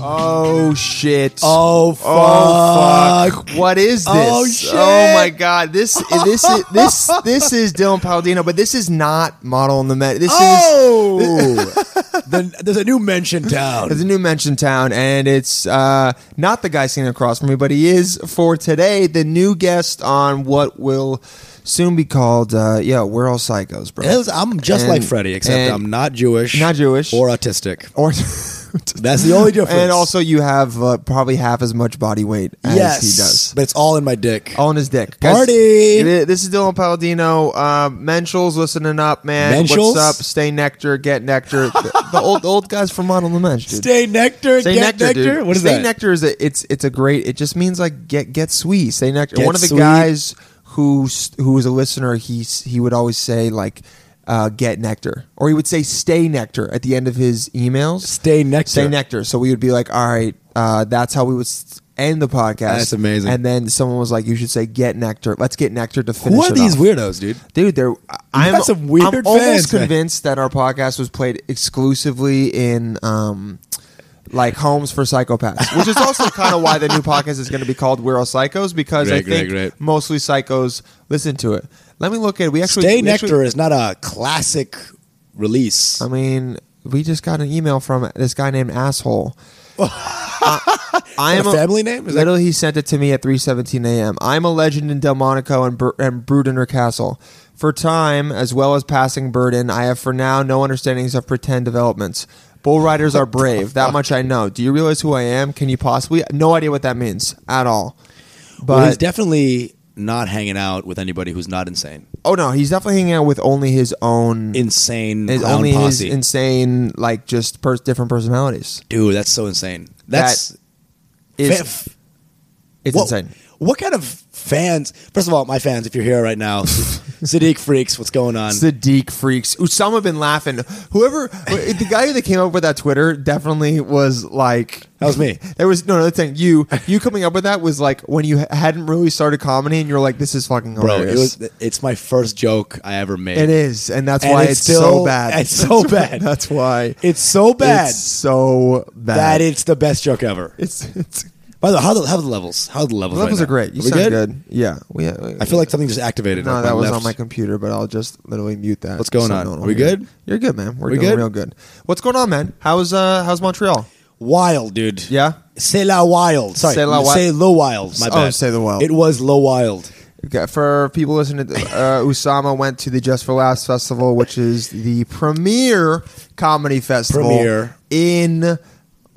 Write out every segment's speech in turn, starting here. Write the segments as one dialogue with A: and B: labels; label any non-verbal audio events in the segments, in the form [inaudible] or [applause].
A: Oh shit.
B: Oh fuck.
A: Oh, fuck. What is this?
B: Oh, shit.
A: Oh, my god. This this is this this is Dylan Paladino, but this is not Model in the Met. This
B: Oh, [laughs] Then there's a new mention town.
A: is it's a new mention town, and it's uh, not the guy sitting across from me, but he is for today the new guest on what will soon be called uh, yeah, we're all psychos, bro.
B: Yes, I'm just
A: And-
B: like Freddie, except
A: and-
B: I'm not Jewish,
A: Not Jewish.
B: or autistic.
A: or
B: That's the only
A: [laughs]
B: difference.
A: and also you have uh, probably half as much body weight as
B: yes,
A: he does. Oh,
B: but it's all in my dick.
A: All in his dick.
B: Party!
A: Guys, this is Dylan Palladino. Um, Menschels listening up, man.
B: Menschels?
A: What's up? Stay nectar, get
B: [laughs]
A: nectar. the, the old the old guys from Model the Mensch, dude.
B: Stay nectar,
A: Stay
B: get
A: nectar,
B: nectar.
A: dude.
B: What is
A: Stay
B: that?
A: nectar is a, it's it's a great. It just means like get get sweet. Stay nectar.
B: Get
A: One of the
B: sweet.
A: guys who s- who was a listener, he s- he would always say like uh, get nectar, or he would say stay nectar at the end of his emails.
B: Stay nectar.
A: Stay nectar. So we would be like, all right, uh, that's how we would s- end the podcast.
B: That's amazing.
A: And then someone was like, you should say get nectar. Let's get nectar to finish.
B: Who are
A: it
B: these
A: off."
B: weirdos, dude?
A: Dude, there. I'm,
B: got some weird
A: I'm almost
B: fans, man.
A: convinced that our podcast was played exclusively in, um, like homes for psychopaths, which is also [laughs] kind of why the new podcast is going to be called "We're All Psychos" because I
B: Great, great,
A: think
B: great.
A: mostly psychos listen to it. Let me look at. We actually
B: Stay
A: we actually-
B: nectar is not a classic release.
A: I mean, we just got an email from this guy named
B: [laughs]
A: asshole. I, I
B: Is
A: am
B: that a family name? Is that-
A: literally, he sent it to me at 3:17 a.m. I'm a legend in Delmonico and Bur- and Brudener Castle. For time as well as passing burden, I have for now no understandings of pretend developments. Bull riders are brave. That much I know. Do you realize who I am? Can you possibly? No idea what that means at all. But
B: well, he's definitely not hanging out with anybody who's not insane.
A: oh no, he's definitely hanging out with only his own.
B: Insane
A: his
B: clown
A: only his
B: posse.
A: insane like just pers- different personalities.
B: dude, that's so insane. That's
A: is
B: fa-
A: it's
B: what,
A: insane.
B: What kind of fans? First of all, my fans, if you're here right
A: [laughs]
B: now, Sadiq freaks, what's going on?
A: Sadiq freaks. Osama bin Laughing. Whoever the guy that came up with that Twitter definitely was like
B: That was me.
A: There was no no thing. You you coming up with that was like when you hadn't really started comedy and you're like this is fucking
B: Bro,
A: hilarious.
B: it was, it's my first joke I ever made.
A: It is, and that's
B: And
A: why
B: it's
A: it's,
B: still-
A: so bad.
B: it's so
A: [laughs]
B: bad. [laughs]
A: That's why
B: It's so bad
A: It's so bad.
B: that it's the best joke ever.
A: it's, it's
B: By the way, how the, how the levels? How the levels?
A: levels
B: right
A: are great.
B: now?
A: You
B: we
A: sound good? Yeah, we. uh,
B: I feel like something just activated.
A: No,
B: on
A: that
B: my
A: was
B: left.
A: on my computer, but I'll just literally mute that.
B: What's going on?
A: no one
B: Are
A: will
B: we
A: hear it.
B: good?
A: You're good, man. We're
B: We
A: doing
B: good?
A: real good. What's going on, man? How's uh how's Montreal?
B: Wild, dude.
A: Yeah?
B: Say la wild. Sorry.
A: C'est la wi-
B: Say low wild. My
A: Oh,
B: bad.
A: c'est la wild.
B: It was low wild.
A: Okay, for people listening, uh, [laughs] Usama went to the Just for Laughs festival, which is the premier comedy festival
B: Premier.
A: in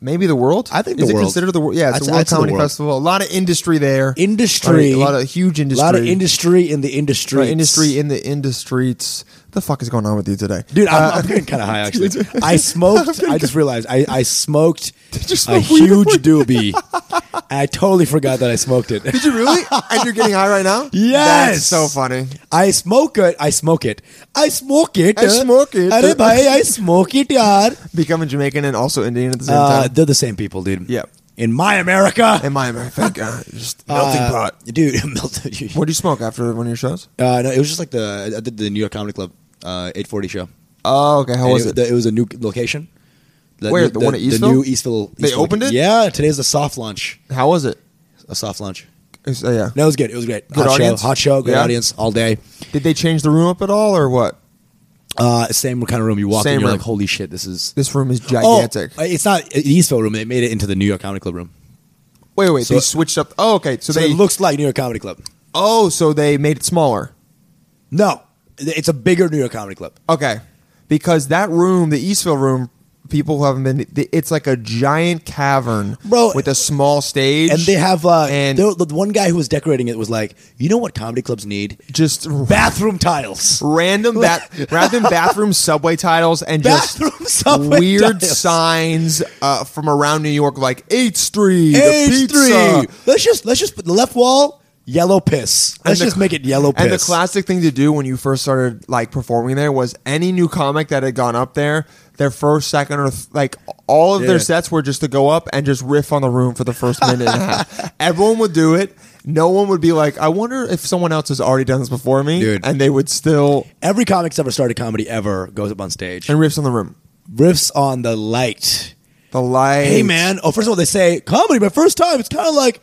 A: maybe the world.
B: I think
A: is
B: the
A: it
B: world.
A: considered the world? Yeah, it's
B: I'd-
A: a
B: I'd
A: world
B: say the
A: comedy
B: world.
A: festival. A lot of industry there.
B: Industry.
A: a lot of huge industry.
B: A lot of industry in the
A: A
B: industry.
A: lot of industry in the in the streets. The fuck is going on with you today,
B: Dude, I'm, I'm getting kind of
A: [laughs]
B: high actually. I smoked. I just realized I,
A: [laughs]
B: I smoked
A: you
B: a
A: smoke weed
B: huge doobie.
A: [laughs]
B: and I totally forgot that I smoked it.
A: Did you really? and you're getting high right now? [laughs]
B: Yes!
A: That's so funny.
B: I smoke it. I smoke it. I smoke it.
A: I smoke it.
B: Arey bhai, I smoke it,
A: [laughs]
B: yaar.
A: Becoming Jamaican and also Indian at the same
B: Uh,
A: time.
B: they're the same people, dude.
A: Yep.
B: In my America,
A: Am I [laughs] American? Uh, just melting
B: Uh,
A: pot.
B: dude. [laughs] melted.
A: What do you smoke after one of your shows?
B: Uh, no, it was just like the I did the New York Comedy Club uh, 840 show.
A: Oh, okay. How
B: And
A: was
B: it,
A: it?
B: the- it was a new location. The,
A: Where, the one at Eastville?
B: The new Eastville.
A: They
B: Eastville-
A: opened it?
B: Yeah, today's the soft launch.
A: How was it?
B: A soft launch.
A: It's- uh, yeah.
B: No, it was good. It was great.
A: Good
B: hot
A: audience?
B: show. Hot show. Good
A: Yeah.
B: audience all day.
A: Did they change the room up at all, or what?
B: Uh, same kind of room. You walk
A: Same
B: in, you're
A: room. uh,
B: like, holy shit, this is
A: This room is gigantic.
B: Oh, it's not the Eastville room. They made it into the New York Comedy Club room.
A: wait, wait.
B: so-
A: they switched up. Oh, okay. So,
B: So,
A: they
B: it looks like New York Comedy Club.
A: Oh, so they made it smaller.
B: No, it's a bigger New York Comedy Club.
A: Okay, because that room, the Eastville room, people who haven't been, it's like a giant cavern,
B: Bro,
A: with a small stage,
B: And they have uh,
A: And-
B: there- the one guy who was decorating it was like, you know what comedy clubs need?
A: just
B: Bathroom tiles.
A: random
B: [laughs]
A: bath, random bathroom subway titles and just
B: Bathroom subway
A: weird
B: titles.
A: signs uh, from around New York, like Eighth Street, the
B: H
A: pizza,
B: three. Let's just let's just put the left wall yellow piss.
A: And
B: Let's
A: the-
B: just make it yellow piss.
A: And the classic thing to do when you first started like performing there was any new comic that had gone up there, their first, second, or th- like all of
B: Yeah.
A: their sets were just to go up and just riff on the room for the first minute and a
B: [laughs]
A: half. Everyone would do it. No one would be like, I wonder if someone else has already done this before me,
B: Dude.
A: and they would still
B: Every comic's ever started comedy ever goes up on stage
A: and riffs on the room.
B: riffs on the light.
A: The light.
B: hey man oh first of all they say comedy my first time it's kind of like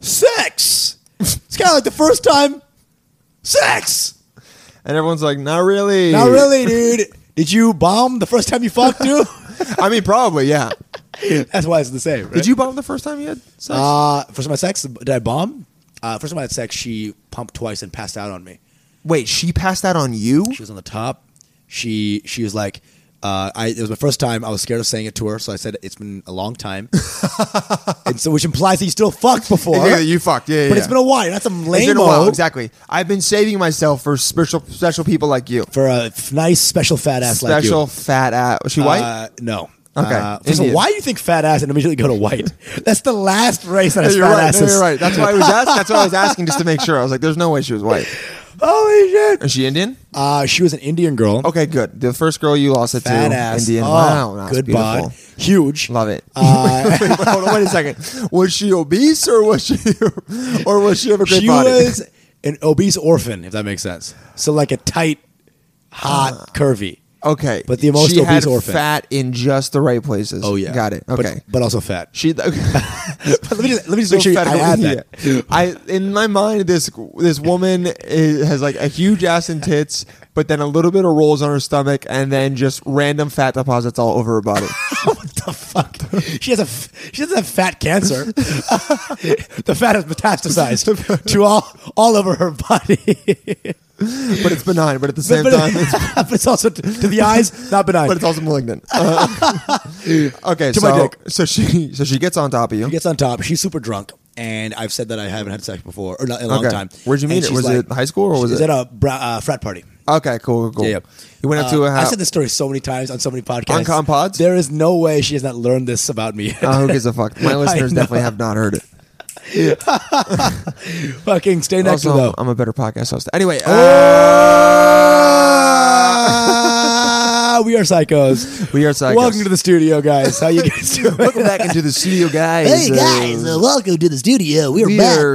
B: sex it's kind of like the first time sex
A: And everyone's like, not really.
B: not really dude did you bomb the first time you fucked too
A: [laughs] I mean, probably, yeah.
B: that's why it's the same right?
A: Did you bomb the first time you had sex?
B: uh first time I had sex did I bomb uh first time I had sex she pumped twice and passed out on me
A: Wait, she passed out on you?
B: She was on the top. She she was like, uh, I, it was my first time. I was scared of saying it to her, so I said it's been a
A: [laughs]
B: long time, and so which implies that you still fucked before.
A: Yeah, you fucked. Yeah, yeah.
B: but it's been a while. Not some
A: It's
B: lame
A: been a while, exactly. I've been saving myself for special special people like you.
B: for a f- nice special fat ass
A: special
B: like
A: fat ass. Was she
B: you.
A: white?
B: Uh, no.
A: Okay.
B: Uh, first of all,
A: Indian.
B: why do you think fat ass and immediately go
A: [laughs]
B: to white? That's the last race that
A: No,
B: has
A: you're
B: fat
A: right. No,
B: asses.
A: you're right. That's why I was asking. That's why
B: [laughs]
A: I was asking just to make sure. I was like, "There's no way she was white."
B: Holy shit!
A: Is she Indian?
B: Uh, she was an Indian girl.
A: Okay, good. The first girl you lost it to,
B: Fat
A: Oh,
B: ass.
A: Indian.
B: Oh,
A: wow, that's
B: good
A: beautiful.
B: bod. Huge.
A: Love it.
B: Uh,
A: wait, wait, [laughs] hold on, wait a second. Was she obese or was she [laughs] or was she of a great
B: she
A: body? [laughs]
B: was an obese orphan, if that makes sense. So like a tight, hot,
A: Ah.
B: curvy.
A: okay,
B: But the most
A: she
B: obese
A: had
B: orphan. Oh,
A: fat in just the right places. got it.
B: But-
A: Okay,
B: but,
A: [laughs]
B: also fat.
A: she.
B: But let me just, let me just make
A: So
B: sure
A: fat-
B: I add that.
A: [laughs] yeah. I in my mind this this woman is, has like a huge ass and tits, but then a little bit of rolls on her stomach, and then just random fat deposits all over her
B: [laughs]
A: body.
B: what the fuck? [laughs] She has a f- she doesn't have fat cancer. [laughs] the fat is [laughs] metastasized to all all over her body. [laughs]
A: but it's benign. But at the
B: but,
A: same
B: but-
A: time, it's,
B: [laughs] but it's also to, to the eyes not benign.
A: but it's also malignant. Uh, [laughs] okay,
B: To
A: so
B: my dick.
A: so she so she gets on top of you.
B: She gets on top. She's super drunk, and I've said that I haven't had sex before or not in a long
A: Okay.
B: time.
A: Where'd you
B: And
A: meet her?
B: she's
A: Was it high school or was
B: she
A: it-
B: at a bra- uh, frat party?
A: Okay, cool, cool, cool.
B: Yeah, yeah.
A: You went up to
B: Uh,
A: a
B: I
A: house.
B: said this story so many times on so many podcasts.
A: On Con Pods?
B: There is no way she has not learned this about me.
A: Uh, who gives a fuck? My
B: I
A: listeners
B: know.
A: definitely have not heard it.
B: [laughs] Fucking stay next
A: also,
B: to [laughs] though. Oh!
A: I'm a better podcast host. Anyway,
B: Ah, we are psychos.
A: uh, we are psychos.
B: Welcome to [laughs] the studio, guys. How you
A: [laughs]
B: guys doing?
A: Welcome back into the studio, guys. Uh,
B: welcome to the studio.
A: we are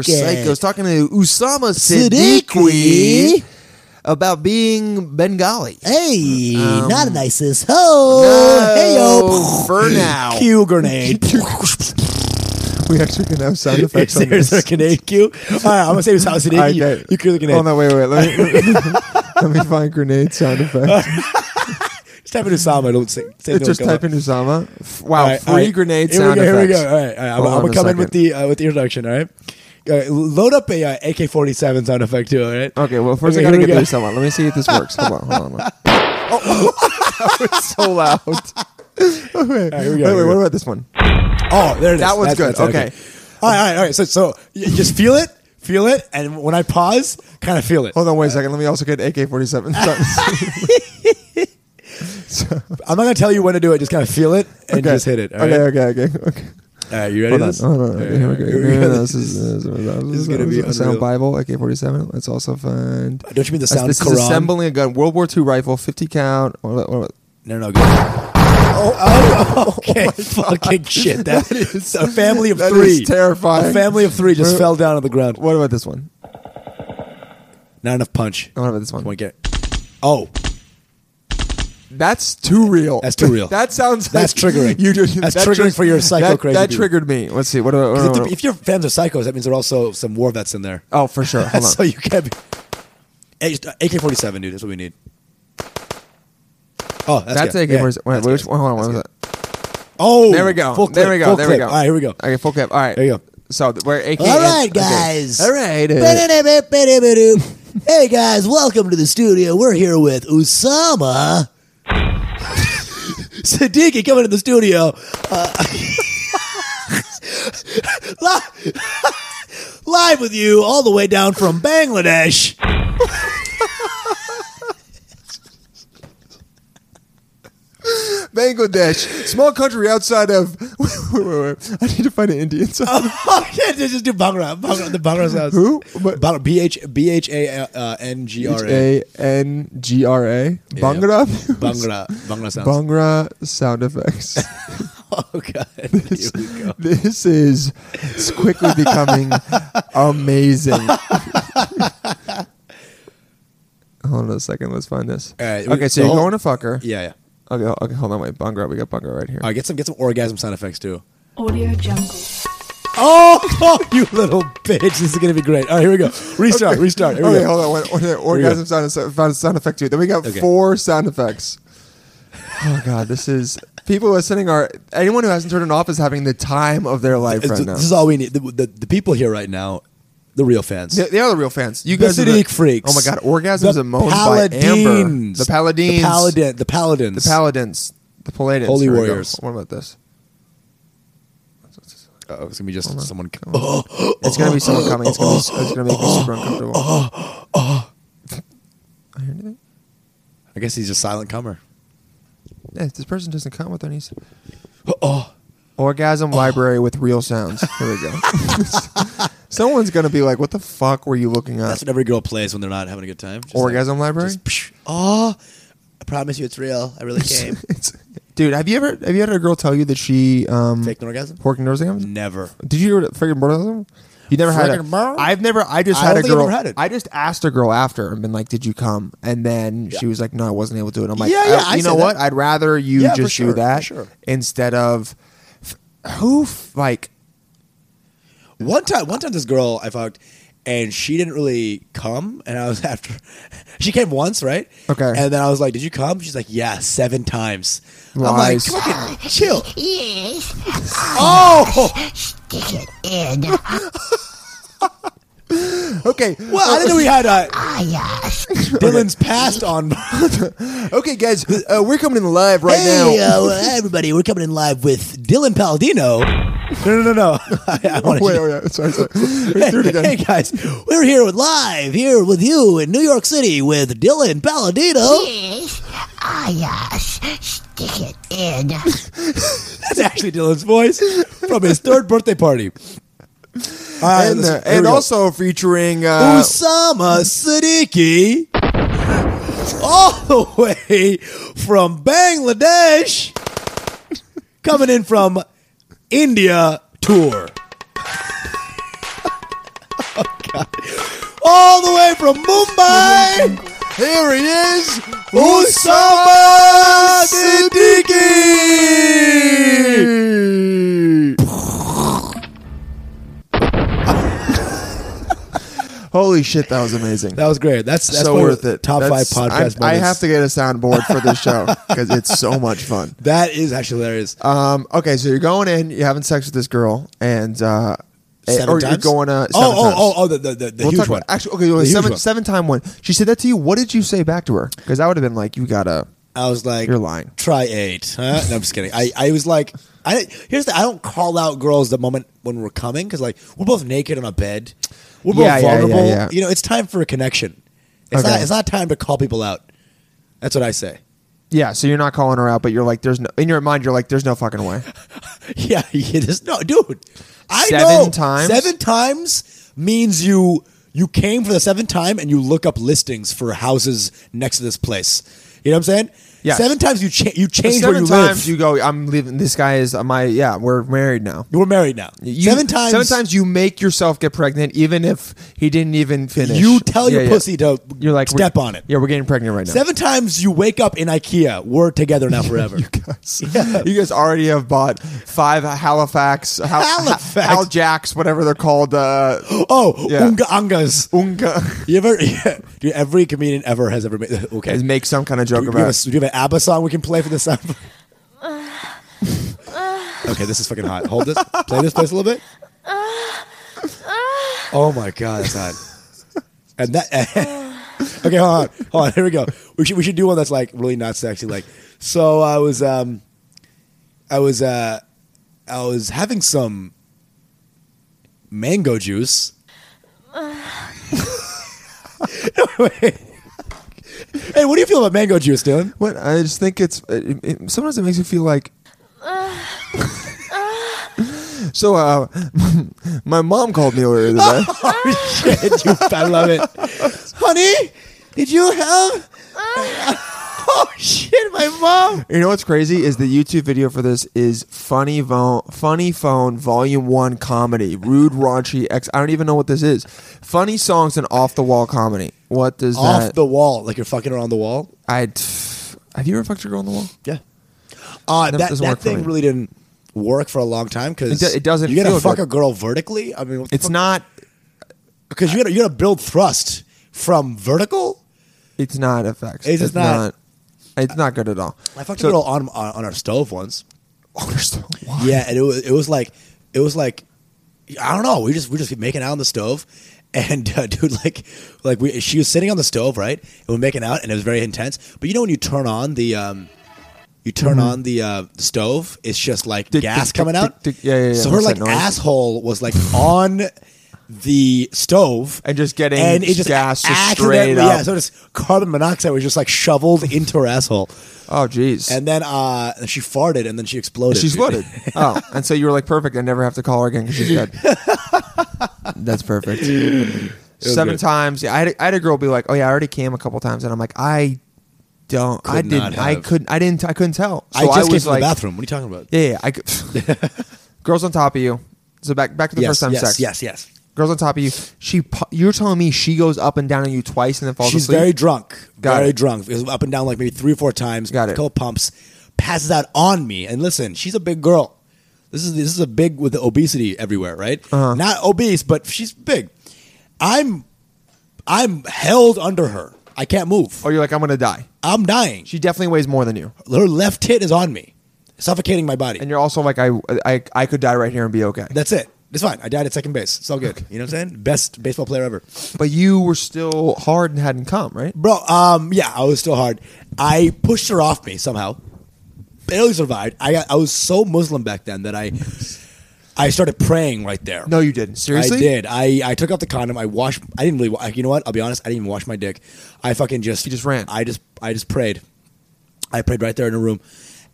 A: psychos talking to Usama Siddiqui about being Bengali.
B: Hey, not an ISIS. Ho,
A: [laughs] for now. [laughs]
B: Q grenade.
A: We actually can have sound
B: Is
A: effects on
B: there, is
A: this.
B: there a grenade Q? [laughs] All right, I'm gonna say this house. Okay. You,
A: Okay.
B: you clear the grenade.
A: Oh no! Wait, wait. Let me [laughs] let me find grenade
B: [laughs]
A: sound effects.
B: Just type in Usama. Don't say. say no,
A: Just
B: come
A: type
B: up.
A: in Usama. F- Wow,
B: All right,
A: free
B: all right.
A: grenade
B: Here
A: sound
B: we go,
A: effects.
B: Here we go. All right, all right. I'm,
A: Hold
B: I'm
A: on
B: gonna
A: a
B: come in
A: second.
B: with the uh, with the introduction. All right. All right, load up a uh, AK-47 sound effect too. All right.
A: Okay, well, first
B: Okay,
A: I gotta
B: here
A: get
B: we
A: go.
B: go.
A: through someone. Let me see if this works. Hold on, hold on.
B: [laughs]
A: [laughs] Oh, that was so loud. Okay.
B: here we go,
A: wait,
B: here we
A: wait,
B: go.
A: what about this one?
B: Oh, there it is.
A: That one's
B: That's-
A: good.
B: that's-
A: Okay.
B: All right, all right, all right. So, so y- just feel it, feel it, and when I pause, kind of feel it.
A: Hold on, wait a second. Let me also get AK
B: [laughs]
A: 47.
B: I'm not gonna tell you when to do it. Just kind of feel it and
A: Okay.
B: just hit it. All right.
A: okay, okay, okay, okay.
B: All right. You ready?
A: Hold
B: for
A: on.
B: this?
A: Hold on.
B: All
A: Okay,
B: right,
A: here
B: all
A: we
B: right,
A: go.
B: [laughs] here
A: No, no, no, [laughs]
B: go.
A: This is, this is, this is
B: gonna be
A: Sound
B: unreal.
A: Bible, AK 47. Let's also find.
B: Don't you mean the sound
A: this
B: Quran?
A: is assembling a gun. World War II rifle, 50 count. What about- what about-
B: No, no, go. Oh, oh, [laughs] okay. Fucking
A: [laughs]
B: shit. That, that is a family of
A: that
B: three.
A: is terrifying.
B: A family of three just
A: We're-
B: fell down on the ground.
A: What about this one?
B: Not enough punch.
A: What about this one?
B: Come on, get it. Oh,
A: That's too real.
B: That's too
A: [laughs]
B: real.
A: that sounds.
B: That's
A: like
B: triggering.
A: You just,
B: That's triggering for your psycho
A: that,
B: crazy
A: That
B: dude.
A: triggered me. Let's see. What do I? What,
B: Because
A: do I-
B: if, if your fans are psychos, that means there are also some war vets in there.
A: oh, for
B: [laughs]
A: sure. [laughs] Hold on.
B: so you can't be. AK 47, dude. That's what we need. Oh, that's,
A: that's
B: good.
A: AK.
B: Yeah,
A: wait,
B: that's
A: which,
B: good.
A: hold on. What was
B: That's
A: that?
B: good. Oh,
A: There we go.
B: Full
A: there
B: clip,
A: we go.
B: full
A: There we go.
B: clip. All right, here we go.
A: Okay, full clip. All right.
B: There you go.
A: So th- we're AK.
C: All right,
A: okay.
C: guys.
A: All right. uh,
C: Ba-da-da-ba-ba-da-ba-doo. hey guys, welcome to the studio. We're here with Usama.
B: [laughs] Siddiqui coming to the studio. Uh, [laughs] li- [laughs] live with you all the way down from Bangladesh.
A: Bangladesh, small country outside of. [laughs] Wait, wait, wait, wait. I need to find an Indian song.
B: oh, yeah, just [laughs] just do Bhangra. Bhangra the Bhangra sounds.
A: Who? What?
B: Bhangra, B-H- uh, B-H-A-N-G-R-A.
A: H A N G R A. Bhangra.
B: Bhangra. Bhangra sounds.
A: Bhangra sound [laughs] effects.
B: [laughs] oh, God. Here we go.
A: [laughs] This is it's quickly becoming [laughs] amazing. Hold on a second. Let's find this.
B: All right, we-
A: okay, so
B: the
A: you're
B: whole-
A: going to fuck her.
B: Yeah, yeah.
A: Okay, okay, hold on, wait. Bunga, we got Bunga right here.
B: All right, get some get some orgasm sound effects too.
D: Audio Jungle.
B: Oh, [laughs] you little bitch! This is gonna be great. All right, here we go. Restart, restart. Here we
A: okay,
B: go.
A: hold on. Wait, okay, orgasm sound, sound, sound effect too. Then we got
B: Okay.
A: four sound effects. Oh god, this is people listening are anyone who hasn't turned it off is having the time of their life
B: This-
A: right now.
B: This is all we need. The, the, the people here right now, the real fans.
A: They, they are the real fans. You
B: The
A: guys are
B: Siddiq freaks.
A: Oh my god, orgasms
B: The
A: emoted by Amber.
B: Paladins.
A: The paladins.
B: The paladin. The paladins.
A: The paladins. The paladins.
B: Holy
A: Here we go.
B: warriors.
A: What about this?
B: Oh, it's gonna be just someone.
A: It's gonna be someone coming. It's gonna, be, it's gonna make me super uncomfortable. I
B: [gasps]
A: hear anything?
B: [gasps] I guess he's a silent comer.
A: Yeah, this person doesn't come with
B: [gasps]
A: any. s-
B: Oh.
A: Orgasm library with real sounds. Here we go.
B: [laughs]
A: Someone's gonna be like, "What the fuck were you looking at?"
B: That's what every girl plays when they're not having a good time. Just like-
A: Uh. Orgasm library.
B: just, psh, oh, I promise you, it's real. I
A: [laughs]
B: really came.
A: It's- dude, have you ever have you had a girl tell you that she um
B: Fake an orgasm?
A: porking orgasms?
B: Never.
A: Did you hear freaking orgasm? You never had
B: Friggin' murder?
A: a, I've never. I just
B: I
A: had
B: don't
A: a
B: think I've
A: girl.
B: ever had it.
A: I just asked a girl after and been like, "Did you come?" And then she was like, "No, I wasn't able to." And I'm like,
B: Yeah, yeah, I
A: You
B: say
A: know what?
B: that.
A: I'd rather you
B: Yeah, for
A: just
B: sure,
A: do
B: for
A: that
B: sure.
A: instead of f- who f- like
B: One time, one time, this girl I fucked, and she didn't really come, and I was [laughs] after. She came once, right?
A: Okay.
B: And then I was like, "Did you come?" She's like, "Yeah, seven times."
A: Lies.
B: I'm like, "Fucking chill."
E: Yes,
B: Oh,
E: stick it in.
A: [laughs] okay.
B: well, I didn't know we
A: [laughs]
B: had uh,
E: Ah, yes.
B: Dylan's past on.
A: Okay, guys, uh, we're coming in live right
B: Hey,
A: now.
B: [laughs] uh, hey, everybody, we're coming in live with Dylan Paladino. No, no, no, no. [laughs] I, I
A: [laughs]
B: wanted
A: wait,
B: you-
A: wait, wait, sorry,
B: [laughs]
A: sorry.
B: Hey,
A: Do it again.
B: hey, guys, we're here with live here with you in New York City with Dylan Paladino.
E: Yes. Ah, yes. Stick it in.
B: That's actually Dylan's voice from his third birthday party. All right,
A: And,
B: let's-
A: uh,
B: here we
A: and
B: go.
A: also featuring uh,
B: Osama Siddiqui, all the way from Bangladesh, coming in from India tour. [laughs] Oh, God. All the way from Mumbai,
A: here he
B: [laughs]
A: is.
B: Osama Siddiqui.
A: Holy shit, that was amazing.
B: That was great. That's, that's
A: so
B: probably
A: worth it.
B: Top
A: That's-
B: five podcast.
A: I'm- I,
B: moments.
A: have to get a soundboard for this
B: [laughs]
A: show because it's so much fun.
B: That is actually hilarious.
A: Um, okay, so you're going in, you're having sex with this girl, and uh,
B: Seven
A: or
B: times?
A: you're going uh, seven
B: oh, oh,
A: times.
B: oh, oh, the, the, the, the
A: We'll
B: huge
A: talk about-
B: one.
A: Actually, okay,
B: The
A: well,
B: huge
A: seven
B: one.
A: seven time one. She said that to you. What did you say back to her? Because I would have been like, you gotta.
B: I was like,
A: You're lying.
B: Try eight. Huh? No, I'm just kidding. I, I was like, I here's the. I don't call out girls the moment when we're coming because like we're both naked on a bed. We're both
A: Yeah, yeah, yeah,
B: vulnerable.
A: yeah.
B: You know, it's time for a connection. It's
A: Okay.
B: not. It's not time to call people out. That's what I say.
A: Yeah, so you're not calling her out, but you're like, there's no. In your mind, you're like, there's no fucking
B: [laughs]
A: way.
B: Yeah, yeah this, no, dude. I
A: Seven
B: know
A: times?
B: Seven times means you you came for the seventh time and you look up listings for houses next to this place. You know what I'm saying?
A: Yes.
B: Seven times you cha- you change where
A: seven
B: you
A: times
B: live.
A: you go. I'm leaving. This guy is my. Yeah, we're married now.
B: You were married now.
A: You-
B: seven times.
A: Seven times you make yourself get pregnant, even if he didn't even finish.
B: You tell your
A: Yeah, yeah.
B: pussy to
A: You're like we're-
B: step on it.
A: Yeah, we're getting pregnant right now.
B: Seven times you wake up in IKEA. We're together
A: [laughs]
B: now forever. [laughs]
A: guys. You guys already have bought five Halifax, Hal,
B: Halifax.
A: Hal Jacks, whatever they're called, uh,
B: oh,
A: Yeah.
B: unga angas. [laughs]
A: Unga,
B: You ever? Yeah. Dude, every comedian ever has ever made. [laughs] Okay.
A: is
B: Do
A: make some kind of joke
B: you,
A: about.
B: have a, do you have an ABBA song we can play for this sound? okay, this is fucking hot. Hold this. Play this place a little bit. Oh my god, that's hot. And that. [laughs] okay, hold on, hold on. Here we go. We should we should do one that's like really not sexy. Like, so I was um, I was uh, I was having some mango juice. [laughs] Wait. Hey, what do you feel about mango juice, Dylan?
A: What I just think it's it, it, sometimes it makes me feel
B: [sighs]
A: like. [laughs] so uh, [laughs] my mom called me earlier today.
B: [laughs] Oh shit, you, I love it. Honey, did you have? [laughs] oh shit, my mom.
A: You know what's crazy is the YouTube video for this is funny phone, funny phone, volume one comedy, rude, raunchy. Ex- I don't even know what this is. Funny songs and off the wall comedy. What does
B: Off
A: that?
B: the wall, like you're fucking around the wall.
A: I Have you ever fucked your girl on the wall?
B: Yeah. Uh,
A: That
B: that that,
A: doesn't work for
B: thing
A: me.
B: really didn't work for a long time
A: It
B: because
A: do- it doesn't
B: You gotta
A: feel
B: fuck
A: good.
B: a girl vertically. I mean, what the
A: It's not.
B: because you gotta you gotta build thrust from vertical.
A: It's not effects.
B: It's just not-
A: It's not good at all.
B: I fucked
A: So-
B: a girl on, on on our stove once. [laughs]
A: Understood. Why?
B: Yeah, and it was it was like it was like I don't know. We just we just making out on the stove, [laughs] and uh, dude, like like we she was sitting on the stove right, and we're making out, and it was very intense. But you know when you turn on the um, you turn on the uh, stove, it's just like
A: Mm-hmm. Tick, tick,
B: gas
A: tick,
B: coming out.
A: tick, tick. Yeah, yeah, yeah.
B: So her
A: What's
B: like
A: that noise?
B: asshole was
A: [laughs]
B: like on the stove
A: And just getting
B: and it just
A: gas just
B: accidentally-
A: straight up.
B: Yeah, so just carbon monoxide was just like shoveled into her asshole,
A: Oh, jeez.
B: and then uh, she farted, and then she exploded.
A: She's [laughs] loaded. oh, and so you were like, perfect. I never have to call her again because she's dead. [laughs] That's perfect. Seven
B: good.
A: times. Yeah, I had, a, I had a girl be like, oh yeah, I already came a couple times, and I'm like, I don't. I
B: Could not
A: didn't. I
B: have.
A: couldn't. I didn't. I couldn't tell. So
B: I just came
A: was
B: from
A: like,
B: the [laughs] bathroom. What are you talking about?
A: Yeah, yeah. I could. [laughs] girls on top of you. So back back to the
B: yes,
A: first time
B: yes,
A: sex.
B: yes, yes.
A: Girls on top of you. She. pu- You're telling me she goes up and down on you twice and then falls
B: She's
A: asleep.
B: very drunk,
A: Got
B: very
A: it.
B: drunk. It was up and down like maybe three or four times.
A: Got it.
B: A couple pumps, passes out on me. And listen, she's a big girl. This is this is a big with the obesity everywhere, right?
A: Uh-huh.
B: Not obese, but she's big. I'm I'm held under her. I can't move.
A: or you're like, I'm gonna die.
B: I'm dying.
A: She definitely weighs more than you,
B: her left tit is on me, suffocating my body.
A: and you're also like, I I, I could die right here and be okay.
B: That's it. It's fine. I died at second base. It's all good. You know what I'm saying? Best baseball player ever.
A: But you were still hard and hadn't come, right?
B: Bro, um, yeah, I was still hard. I pushed her off me somehow. Barely survived. I got, I was so Muslim back then that I I started praying right there.
A: No, you didn't. Seriously?
B: I did. I, I took off the condom. I washed. I didn't really. wa- You know what? I'll be honest. I didn't even wash my dick. I fucking just.
A: You just ran.
B: I just. I just prayed. I prayed right there in a room,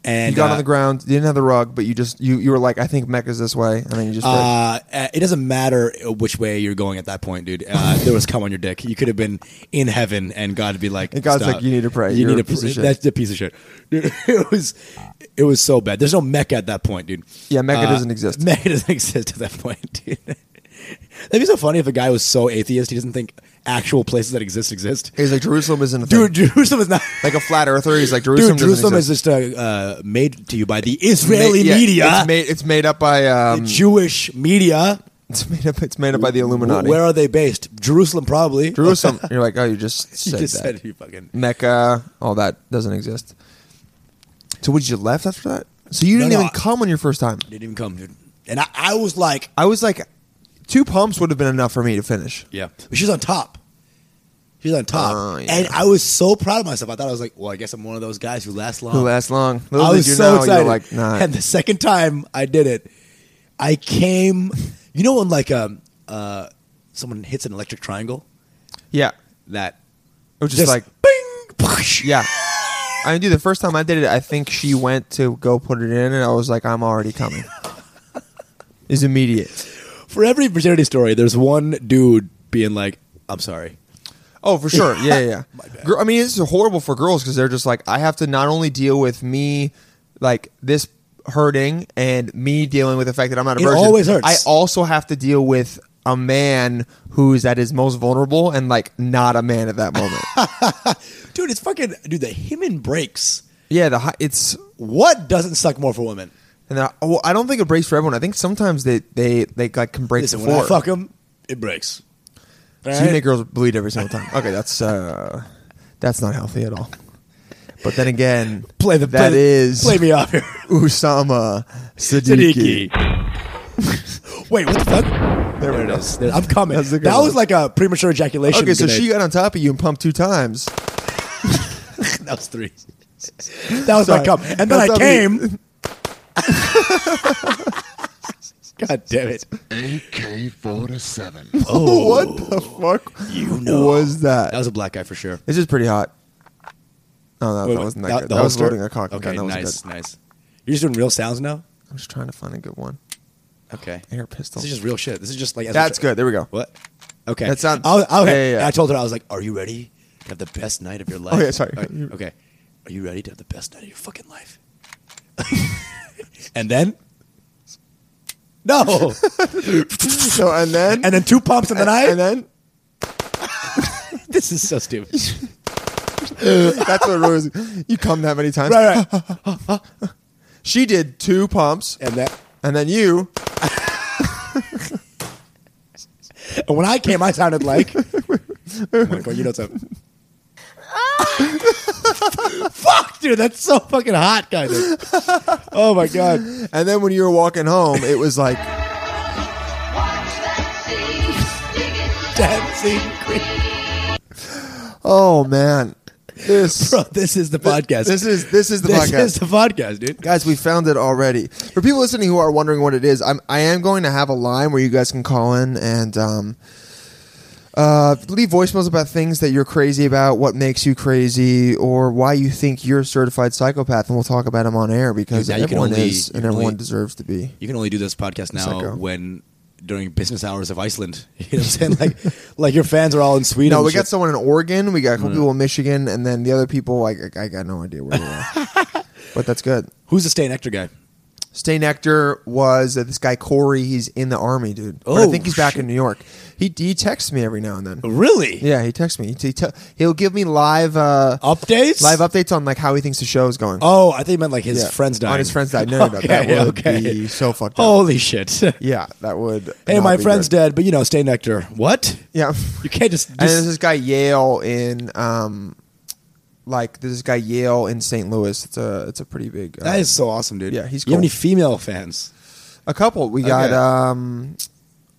B: and
A: You got
B: uh,
A: on the ground. You didn't have the rug, but you just you you were like, I think Mecca's this way, and then you just prayed.
B: Uh, it doesn't matter which way you're going at that point, dude.
A: [laughs]
B: Uh, there was cum on your dick. You could have been in heaven, and God would be like,
A: And God's
B: "Stop.
A: like, you need to pray.
B: You
A: You're
B: need
A: a
B: to
A: piece of shit."
B: pray." That's the piece of shit. [laughs] Dude, it was, it was so bad. There's no Mecca at that point, dude. Uh,
A: Yeah, Mecca doesn't exist.
B: [laughs] Mecca doesn't exist at that point, dude. [laughs] That'd be so funny if a guy was so atheist he doesn't think actual places that exist exist.
A: He's like, Jerusalem isn't a thing.
B: Dude, Jerusalem is
A: [laughs]
B: not.
A: like a flat earther. He's like, Jerusalem.
B: Dude,
A: doesn't
B: Jerusalem is
A: exist.
B: just uh, uh, made to you by the Israeli
A: Ma- yeah,
B: media,
A: It's made, it's made up by um,
B: Jewish media.
A: [laughs] it's made up. It's made up by the Illuminati.
B: Where are they based? Jerusalem, probably. [laughs]
A: Jerusalem? You're like, oh, you just said
B: you just
A: that.
B: said you fucking.
A: Mecca, all that doesn't exist. So, what did you left after that? So you
B: No,
A: didn't
B: no,
A: even
B: I-
A: come on your first time.
B: Didn't even come, dude. And I, I was like,
A: I was like, two pumps would have been enough for me to finish.
B: yeah. She's on top. She's on top,
A: Oh, yeah.
B: and I was so proud of myself. I thought I was like, well, I guess I'm one of those guys who lasts long.
A: Who lasts long? Little
B: Um, I
A: did
B: was
A: you
B: so
A: know,
B: excited.
A: You're like, nah.
B: And the second time I did it, I came. You know when like um uh someone hits an electric triangle
A: [laughs] yeah,
B: that
A: it was just, like,
B: bing. Whoosh.
A: yeah. I mean, dude, the first time I did it, I think she went to go put it in, and I was like, I'm already
B: [laughs]
A: coming. Is immediate.
B: For every virginity story, there's one dude being like, "I'm sorry."
A: Oh, for
B: [laughs]
A: sure. Yeah, yeah. yeah. Gir- I mean, it's horrible for girls because they're just like, I have to not only deal with me, like this hurting, and me dealing with the fact that I'm not a
B: It
A: virgin.
B: always hurts.
A: I also have to deal with a man who's at his most vulnerable and like not a man at that
B: [laughs]
A: moment.
B: Dude, it's fucking dude. The hymen breaks.
A: yeah, the hi- it's
B: What doesn't suck more for women?
A: and I, oh, I don't think it breaks for everyone. I think sometimes they they they like can break
B: Listen,
A: before.
B: when I fuck them, it breaks.
A: So you make girls bleed every single time. Okay, that's uh, that's not healthy at all. But then again,
B: play the
A: that
B: play,
A: is
B: play
A: [laughs]
B: me off here,
A: Usama Siddiqui.
B: Siddiqui. [laughs] Wait, what the fuck? There, it is. There- I'm coming.
A: That's the
B: That
A: good one.
B: was like a premature ejaculation.
A: Okay, so
B: grenade.
A: she got on top of you and pumped two times.
B: that was three. [laughs] That was
A: Sorry.
B: my cum, and then
A: That's
B: I
A: not me. [laughs]
B: came. God damn it!
D: AK 47.
A: [laughs]
B: Oh,
A: What the fuck
B: You know.
A: was that?
B: That was a black guy for sure.
A: this is pretty hot. Oh, no,
B: Wait,
A: that
B: wait,
A: wasn't that, good.
B: the
A: That was
B: holster?
A: loading a cock. gun.
B: Okay,
A: that was
B: nice,
A: good.
B: nice. You're just doing real sounds now.
A: I'm just trying to find a good one.
B: Okay.
A: Air pistol.
B: This is just real shit. This is just like as
A: That's
B: we try-
A: good. There we go.
B: What? Okay.
A: That sound-
B: I'll, I'll-
A: Yeah, yeah, yeah.
B: I told her I was like, "Are you ready to have the best night of your life?"
A: Oh, yeah, sorry.
B: All right, Okay. Are you ready to have the best night of your fucking life? [laughs] and then,
A: [laughs]
B: no.
A: so and
B: [laughs]
A: then
B: and then [laughs] two pumps in the night.
A: and then [laughs]
B: this is so stupid.
A: That's what it was. You come that many times.
B: Right, right.
A: She did two pumps,
B: And that.
A: and then you.
B: And when I came, I
A: [laughs]
B: sounded like. Michael, you know what's up. [laughs] Fuck, dude, that's so fucking hot, kind of. Oh my god.
A: And then when you were walking home, it was like,
B: Dancing Queen.
A: oh man,
F: [laughs]
A: this
B: Bro, this is the podcast.
A: this is this is the
B: This
A: podcast.
B: is the podcast, dude.
A: Guys, we found it already. For people listening who are wondering what it is, I'm, I am going to have a line where you guys can call in and um, uh, leave voicemails about things that you're crazy about, what makes you crazy, or why you think you're a certified psychopath, and we'll talk about them on air because
F: Dude, now you can
A: everyone
F: only-
A: is
F: you
A: and
F: can
A: everyone
F: only-
A: deserves to be.
F: You can only do this podcast now
A: Psycho.
F: when during business hours of Iceland.
B: [laughs] You know what I'm saying?
A: [laughs]
B: Like, like your fans are all in Sweden.
A: No,
B: and
A: we
B: shit.
A: got someone in Oregon, we got a
B: Mm.
A: couple people in Michigan, and then the other people, I, I, I got no idea where they are.
B: [laughs]
A: but that's good.
B: Who's the Stay Nectar guy?
A: Stay Nectar was uh, this guy Corey. He's in the army, dude. but I
B: Oh,
A: think he's back
B: shit. Oh.
A: in New York. He he texts me every now and then.
B: Really?
A: Yeah, he texts me. He t- te- he'll give me live uh,
B: Updates?
A: live updates on like how he thinks the show is going.
B: Oh, I think you meant like his
A: Yeah.
B: friends died.
A: On his friends died. No, no, no.
B: [laughs]
A: That would be so fucked up.
B: Holy shit. [laughs]
A: Yeah, that would.
B: Hey,
A: not
B: my
A: be
B: friend's
A: good.
B: dead, but you know, stay nectar. What?
A: Yeah,
B: You can't just.
A: and
B: just
A: there's this guy Yale in um, like there's this guy Yale in St. Louis. It's a it's a pretty big. Uh,
B: that is so awesome, dude.
A: Yeah, he's
B: You have
A: cool.
B: any female fans?
A: a couple. We got
B: Okay.
A: um,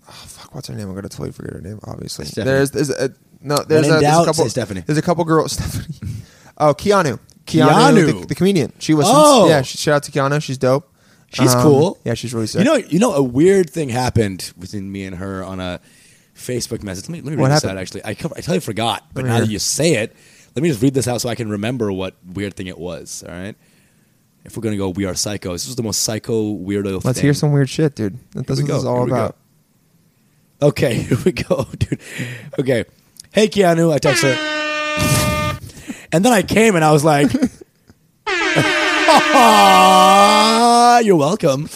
A: oh, fuck, what's her name? I'm gonna totally forget her name. Obviously,
F: Stephanie.
A: there's there's a, no there's,
B: When
A: a, there's a
B: in doubt,
A: couple.
B: say Stephanie.
A: There's a couple girls. [laughs] Stephanie. Oh, Keanu. Keanu,
B: Keanu.
A: The, the comedian. She was.
B: Oh.
A: yeah. sh- Shout out to Keanu. She's dope.
B: She's
A: Um,
B: cool.
A: Yeah, she's really sick.
B: You know, you know, a weird thing happened between me and her on a Facebook message. Let me, let me read
A: What
B: this
A: happened?
B: out, actually. I, co- I totally forgot, but
A: me
B: now
A: hear.
B: that you say it, let me just read this out so I can remember what weird thing it was, all right? If we're going to go, we are psychos. This was the most psycho weirdo
A: let's
B: thing.
A: hear some weird shit, dude. That this
B: we
A: is
B: go,
A: all
B: here we go.
A: about.
B: Okay, [laughs] here we go, dude. Okay. Hey, Keanu, I text her. And then I came and I was like, [laughs] "Aw, you're welcome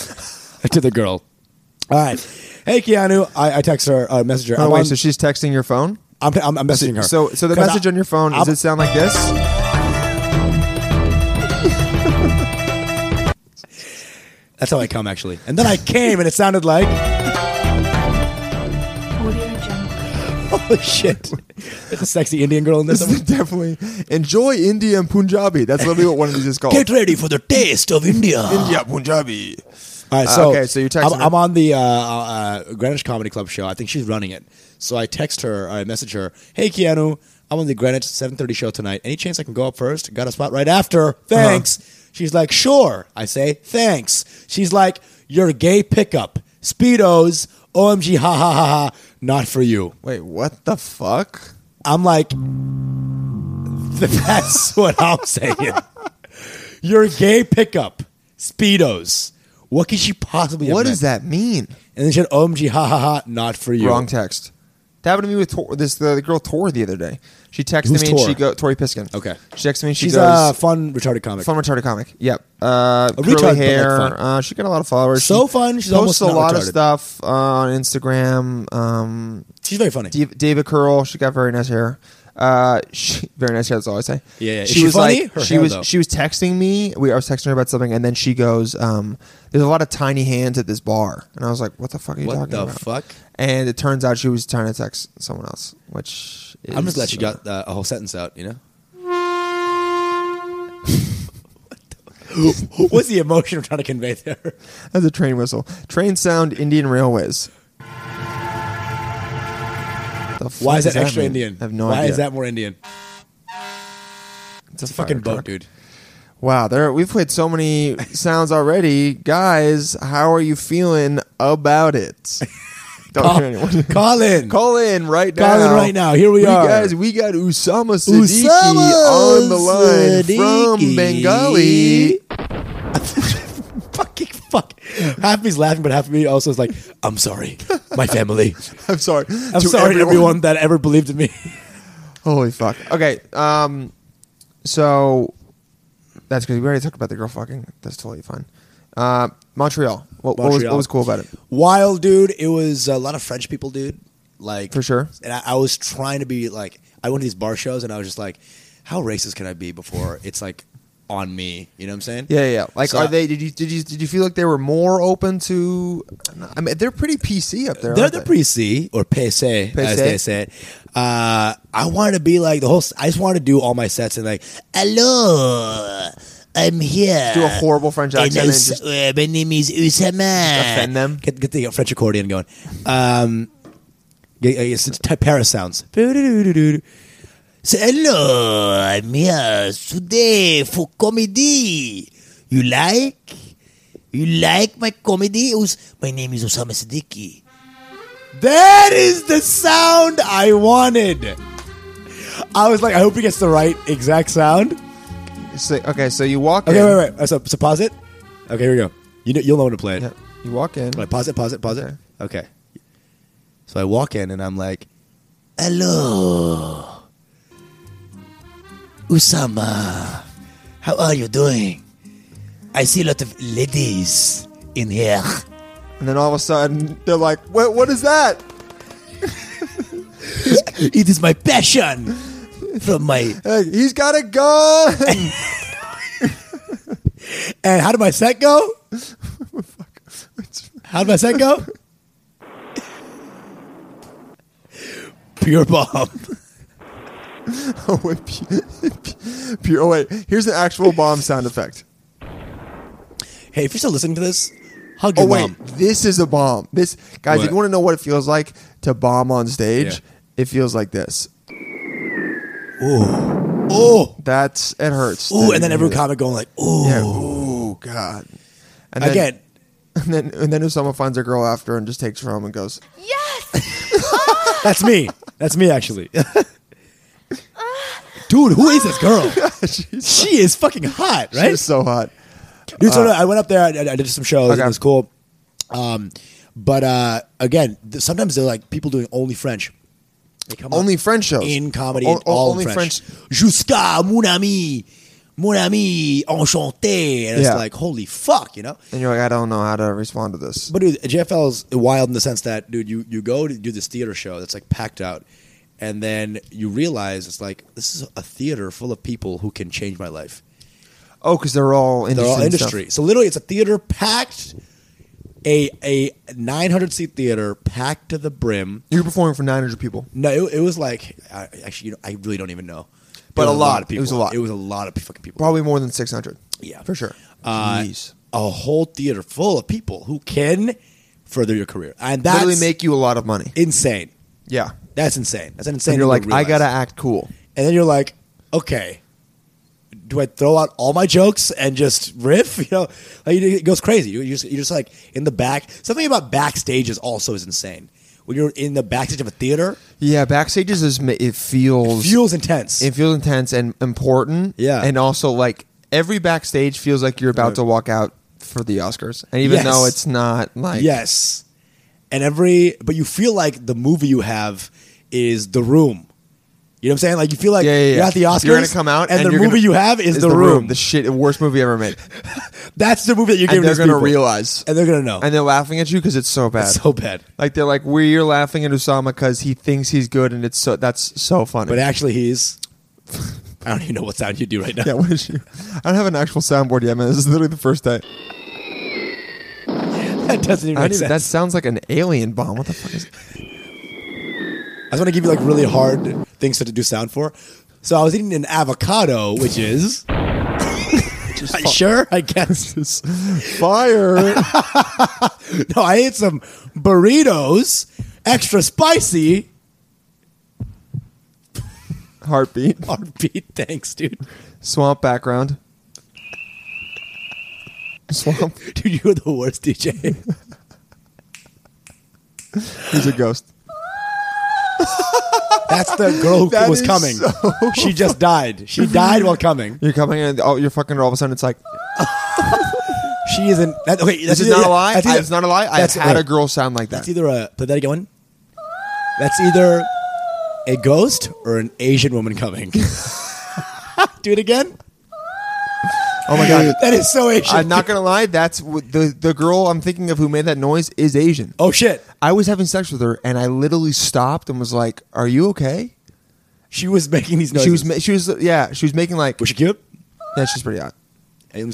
B: to the girl. All right. Hey, Keanu, I, I text her, uh, message her.
A: Oh
B: I'm,
A: wait,
B: on-
A: so she's texting your phone.
B: I'm, I'm, I'm messaging her.
A: So so the
B: 'Cause
A: message
B: I-
A: on your phone does
B: I'm-
A: it sound like this?
B: That's how I come, actually. And then I came and it sounded like, [laughs] holy shit. It's a sexy Indian girl in this.
A: This is definitely enjoy India and Punjabi. That's literally what one of these is called.
C: Get ready for the taste of India.
A: India Punjabi.
B: All right,
A: Uh,
B: so
A: okay, so you're texting
B: I'm,
A: her.
B: I'm on the uh, uh, Greenwich Comedy Club show. I think she's running it. So I text her. I message her. Hey, Keanu, I'm on the Greenwich 7:30 show tonight. Any chance I can go up first? Got a spot right after.
A: Uh-huh.
B: Thanks. She's like, sure. I say thanks. She's like, you're a gay pickup. Speedos. OMG, ha ha ha ha. Not for you.
A: Wait, what the fuck?
B: I'm like, [laughs] that's what I'm saying. [laughs] You're a gay pickup. Speedos. What could she possibly? have
A: What
B: meant?
A: does that mean?
B: And then she had OMG, ha ha ha, not for you.
A: Wrong text. That happened to me with Tor- this the, the girl Tor the other day. She texted
B: Who's
A: me
B: Tor?
A: and she go Tori Piskin.
B: Okay.
A: She texted me and she
B: She's
A: goes
B: a fun retarded comic.
A: Fun retarded comic. Yep. Uh,
B: A
A: curly
B: retard, but, like,
A: hair.
B: fun.
A: Uh, she got a lot of followers.
B: So
A: she
B: fun, she's
A: posts
B: almost
A: a
B: not
A: lot of
B: retarded.
A: stuff uh, on Instagram. Um,
B: She's very funny.
A: Div- David Curl. She got very nice hair. Uh, she, very nice hair. That's all I say.
B: Yeah, yeah. Is she funny?
A: like,
B: Her
A: she
B: hair,
A: was,
B: though.
A: she was texting me. We, I was texting her about something, and then she goes, um, "There's a lot of tiny hands at this bar," and I was like, "What the fuck are you
B: What
A: talking
B: the
A: about?"
B: fuck?
A: And it turns out she was trying to text someone else, which is,
B: I'm just glad she
A: uh,
B: got uh, a whole sentence out, you know? what the- What's the emotion I'm trying to convey there?
A: That's a train whistle. Train sound. Indian Railways. The
B: Why
A: fuck
B: is that
A: does
B: extra
A: mean?
B: Indian?
A: I have no
B: Why
A: idea.
B: is that more Indian?
A: It's a
B: Fucking
A: fire
B: boat,
A: truck. [laughs]
B: dude.
A: Wow, there we've played so
B: [laughs]
A: many sounds already, guys. How are you feeling about
B: [laughs]
A: it? Don't
B: Call,
A: hear anyone.
B: [laughs] call in.
A: Call in right now.
B: Call in right now. Here we are.
A: guys. We got Usama Siddiqui
B: Usama
A: on the line from
B: Siddiqui.
A: Bengali. [laughs]
B: [laughs] Fucking fuck. Half me's laughing, but half of me also is like, I'm sorry, my [laughs] family.
A: I'm sorry.
B: I'm
A: To
B: sorry to everyone that ever believed in me.
A: Holy fuck. Okay. Um. So that's because we already talked about the girl fucking. That's totally fine. Uh, Montreal. What, What, was,
B: Montreal.
A: what was cool about it?
B: [laughs] Wild, dude. It was a lot of French people, dude. Like
A: For sure.
B: And I, I was trying to be like, I went to these bar shows, and I was just like,
F: how racist can I be before it's like on me? You know what I'm saying?
A: Yeah, yeah. Like,
F: So-
A: are they? Did you did you did you feel like they were more open to? I mean, they're pretty PC up there.
B: They're
A: aren't
B: the
A: they?
B: pre-C or PC, as
A: PC.
B: they say. it. Uh, I want to be like the whole. s- I just want to do all my sets and like,
C: Hello, I'm here.
A: do a horrible French
C: And
A: accent and,
C: Us-
A: just
C: uh, my name is Usama.
A: offend them.
B: get get the French accordion going. Um, get, I guess it's type Paris sounds. Doo-doo-doo-doo-doo.
C: So, hello, I'm here today for comedy. You like? You like my comedy? Us- my name is Osama Siddiqui.
B: That is the sound I wanted. I was like, I hope he gets the right exact sound.
A: Say, okay, so you walk
B: Okay,
A: in.
B: wait, wait. wait. So, so pause it. Okay, here we go. You know, you'll know when to play it.
A: Yeah, you walk in.
B: Like, pause it, pause it, pause
A: Okay.
B: it. Okay. So I walk in and I'm like,
C: Hello, Usama. How are you doing? I see a lot of ladies in here.
A: And then all of a sudden, they're like, "What? What is that?"
C: It is my passion from my
A: Hey, he's got a gun.
B: [laughs]
A: [laughs]
B: and how did my set go? [laughs] How did my set go? [laughs] Pure bomb. [laughs]
A: oh, wait, [laughs] pu- pu- oh wait, here's an actual bomb sound effect.
B: Hey, if you're still listening to this, hug
A: Oh
B: your
A: wait,
B: mom.
A: this is a bomb. This guys, if
B: What?
A: you want to know what it feels like to bomb on stage,
B: Yeah.
A: it feels like this.
B: Oh,
A: That's it hurts.
B: ooh,
A: That
B: and then
A: you
B: every
A: hear
B: comic going like, ooh.
A: that. Yeah. Ooh, god. And then,
B: Again,
A: [laughs] and then and then if someone finds a girl after and just takes her home and goes,
B: that's me. That's
A: [laughs]
B: me actually. Dude, who is
A: [laughs]
B: this girl? she is fucking hot, right?
A: "She's so hot."
B: Dude, so no, I went up there. I, I- I did some shows.
A: Okay.
B: It was cool. Um, but uh, again, th- sometimes they're like people doing only French. They come up
A: Only French shows
B: in comedy,
A: O-
B: and
A: o-
B: all
A: only
B: in French. Jusqu'à mon ami, mon ami, enchanté. And it's
A: Yeah.
B: like, holy fuck, you know?
A: And you're like, I don't know how to respond to this.
B: But dude, JFL's wild in the sense that, dude, you, you go to do this theater show that's like packed out, and then you realize it's like, this is a theater full of people who can change my life.
A: Oh, because they're all industry.
B: They're all
A: and stuff.
B: industry. So literally, it's a theater packed, a a 900 seat theater packed to the brim.
A: You're performing for 900 people.
B: No, it, it was like I, actually, you know, I really don't even know, It
A: But
B: was
A: a lot.
B: of
A: It
B: people.
A: was a lot.
B: It was a lot of fucking people.
A: Probably more than 600.
B: Yeah.
A: for sure.
B: Uh,
A: Jeez.
B: a whole theater full of people who can further your career, and that's
A: Literally make you a lot of money.
B: insane.
A: yeah.
B: That's insane. That's an
A: And
B: insane.
A: you're
B: thing to
A: like, I
B: realize."
A: gotta act cool.
B: and then you're like, okay, do I throw out all my jokes and just riff? [laughs] You know, like it goes crazy. You- You're just, you're just like in the back. Something about backstage is also is insane. When you're in the backstage of a theater,
A: Yeah, backstages is ma- it feels
B: fuels intense.
A: it feels intense and important.
B: Yeah.
A: and also like every backstage feels like you're about to walk out for the Oscars, and even
B: Yes.
A: though it's not like
B: yes, and every but you feel like the movie you have is the room. You know what I'm saying? Like you feel like
A: Yeah, yeah, yeah.
B: you're at the Oscars.
A: You're gonna come out, and,
B: and, the
A: you're
B: movie
A: gonna-
B: you have is, the, room.
A: The shit, worst movie ever
B: [laughs]
A: made,
B: That's the movie that you're
A: and
B: giving.
A: they're
B: these
A: gonna
B: people.
A: realize,
B: and they're gonna know.
A: and they're laughing at you because it's so bad.
B: It's [laughs] so bad.
A: [laughs] like they're like, we're laughing at Usama because he thinks he's good, and it's so that's so funny.
B: But actually, he's. [laughs] I don't even know what sound you do right now.
A: [laughs] yeah, what is you? I don't have an actual soundboard yet, man. This is literally the first day.
B: [laughs] that doesn't even
A: I
B: make
A: don't even, that
B: sense.
A: sounds like an alien bomb. What the fuck
B: [laughs]
A: is?
B: I just want to give you like really hard things to do sound for. So I was eating an avocado, which is. [laughs] sure, I
A: [laughs]
B: guess.
A: Fire!
B: [laughs] No, I ate some burritos, extra spicy.
A: Heartbeat.
B: Heartbeat, [laughs] thanks, dude.
A: Swamp background. Swamp.
B: Dude, you're the
A: [laughs]
B: worst DJ.
A: He's a ghost.
B: That's the girl who
A: That
B: was
A: is
B: coming. she just died. She died while coming.
A: You're coming in. Oh, you're fucking. All of a sudden, it's like
B: She isn't. That, okay,
A: this
B: that's
A: is
B: either-
A: not a lie.
B: that's either-
A: It's not a lie. I've
B: that's-
A: had a
B: wait.
A: girl sound like that.
B: That's either a play that again. one. That's either a ghost or an Asian woman coming. [laughs] Do it again.
A: Oh my god.
B: That is so Asian.
A: I'm not gonna lie. That's w- the the girl I'm thinking of who made that noise is Asian.
B: oh shit!
A: I was having sex with her, and I literally stopped and was like, "Are you okay?"
B: She was making these noises.
A: She was, ma- she was, yeah, she was making like,
B: Was she cute?
A: yeah, she's pretty hot.
B: Hey, let me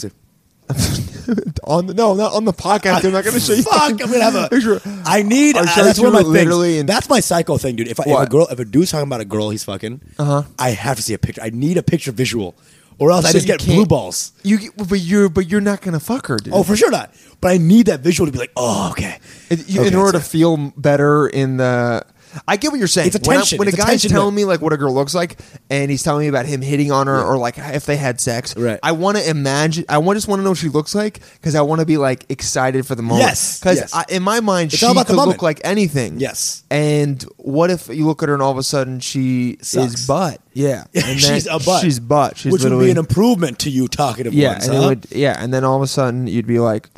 B: see.
A: [laughs] on the, no, not on the podcast. I'm not
B: [laughs]
A: going to [laughs] show you.
B: Fuck! I'm gonna have a.
A: Picture.
B: I need.
A: I'm
B: uh,
A: sure
B: that's
A: you
B: one of my
A: literally
B: things.
A: in-
B: that's my psycho thing, dude. If, I, if a
A: What?
B: girl, if a dude's talking about a girl he's fucking,
A: Uh-huh.
B: I have to see a picture. I need a picture visual, or else I
A: So
B: just
A: you
B: get
A: can't-
B: blue balls.
A: You, get- but you're, but you're not going to fuck her, dude.
B: Oh, for sure not. But I need that visual to be like, oh, okay.
A: It- you- in
B: Okay,
A: order
B: so-
A: to feel better in the I get what you're saying.
B: It's a
A: When I-
B: tension.
A: When,
B: It's a
A: a guy's
B: tension
A: telling
B: that-
A: me like what a girl looks like, and he's telling me about him hitting on her or like if they had sex,
B: Right.
A: I want to imagine. I want just want to know what she looks like because I want to be like excited for the moment.
B: Yes,
A: because
B: yes.
A: in my mind
B: It's
A: she
B: all about the
A: could look
B: moment.
A: like anything.
B: Yes.
A: And what if you look at her and all of a sudden she
B: Sucks.
A: is butt? Yeah. And
B: [laughs] she's
A: then-
B: a butt.
A: She's butt. She's
B: which would
A: literally
B: be an improvement to you talkative
A: yeah.
B: ones.
A: And it
B: huh?
A: would yeah. And then all of a sudden you'd be like,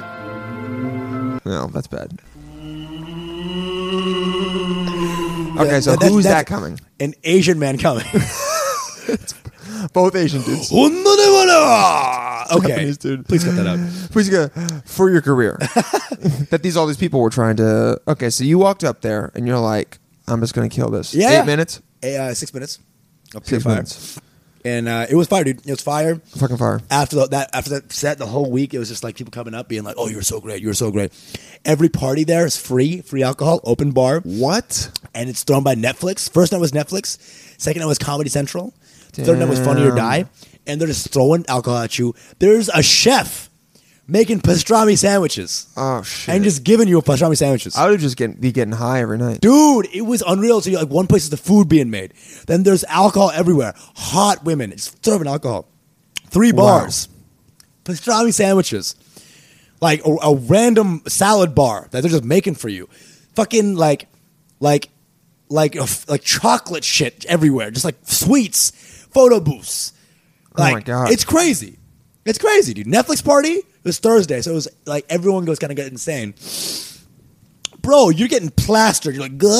A: no, that's bad. Okay, so
B: That- that-
A: who's that
B: that's
A: coming?
B: An Asian
A: [laughs]
B: man coming.
A: Both Asian [laughs] dudes.
B: okay,
A: Japanese dude.
B: please cut that out.
A: Please go for your
B: [laughs]
A: career. that these all these people were trying to. Okay, so you walked up there and you're like, I'm just gonna kill this.
B: Yeah,
A: eight
B: yeah.
A: minutes,
B: Eh, uh, six minutes. Up
A: six
B: fire.
A: minutes,
B: and uh, it was fire, dude. It was fire.
A: fucking fire.
B: after the, that after that set the whole week it was just like people coming up being like oh you're so great you're so great every party there is free free alcohol open bar
A: What?
B: and it's thrown by netflix first night was netflix second night was comedy central third night was funny or
A: Damn.
B: die and they're just throwing alcohol at you there's a chef making pastrami sandwiches
A: Oh shit!
B: and just giving you pastrami sandwiches
A: I would just get, be getting high every night.
B: Dude, it was unreal. So you're like one place is the food being made. Then there's alcohol everywhere. Hot women just serving alcohol. Three
A: Wow.
B: bars. Pastrami sandwiches. Like a, a random salad bar that they're just making for you. Fucking like like like like chocolate shit everywhere. Just like sweets, photo booths.
A: Oh my
B: Like
A: God.
B: it's crazy. It's crazy, dude. Netflix party it was Thursday, so it was like everyone goes kind of get insane bro, you're getting plastered. You're like, Gah,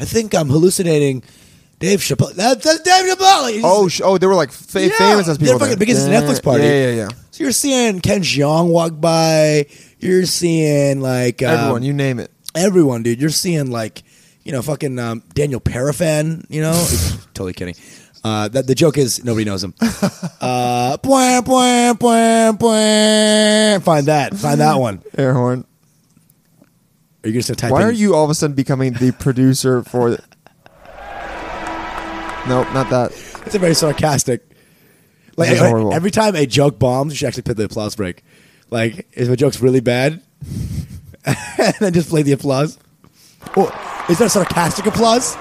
B: I think I'm hallucinating. Dave Chappelle. That, that's Dave Chappelle. He's-
A: Oh, sh- oh, they were like fa-
B: Yeah,
A: famous as
B: they're
A: people.
B: fucking-
A: there.
B: because it's a
A: Yeah,
B: Netflix party.
A: Yeah, yeah, yeah.
B: so you're seeing Ken Jeong walk by. You're seeing like um,
A: Everyone, you name it.
B: everyone, dude. You're seeing like you know fucking um, Daniel Parafan.
A: [laughs]
B: You know, totally kidding. Uh, that the joke is nobody knows him. Uh, bwah, bwah, bwah, bwah. Find that. Find that one.
A: Air horn.
B: Are you just gonna type?
A: Why
B: in-
A: are you all of a sudden becoming
B: [laughs]
A: the producer for? Nope, not that.
B: It's a very sarcastic. Like
A: This is horrible.
B: every time a joke bombs, you should actually play the applause break. Like if a joke's really bad, [laughs] and then just play the applause. Or is that sarcastic applause?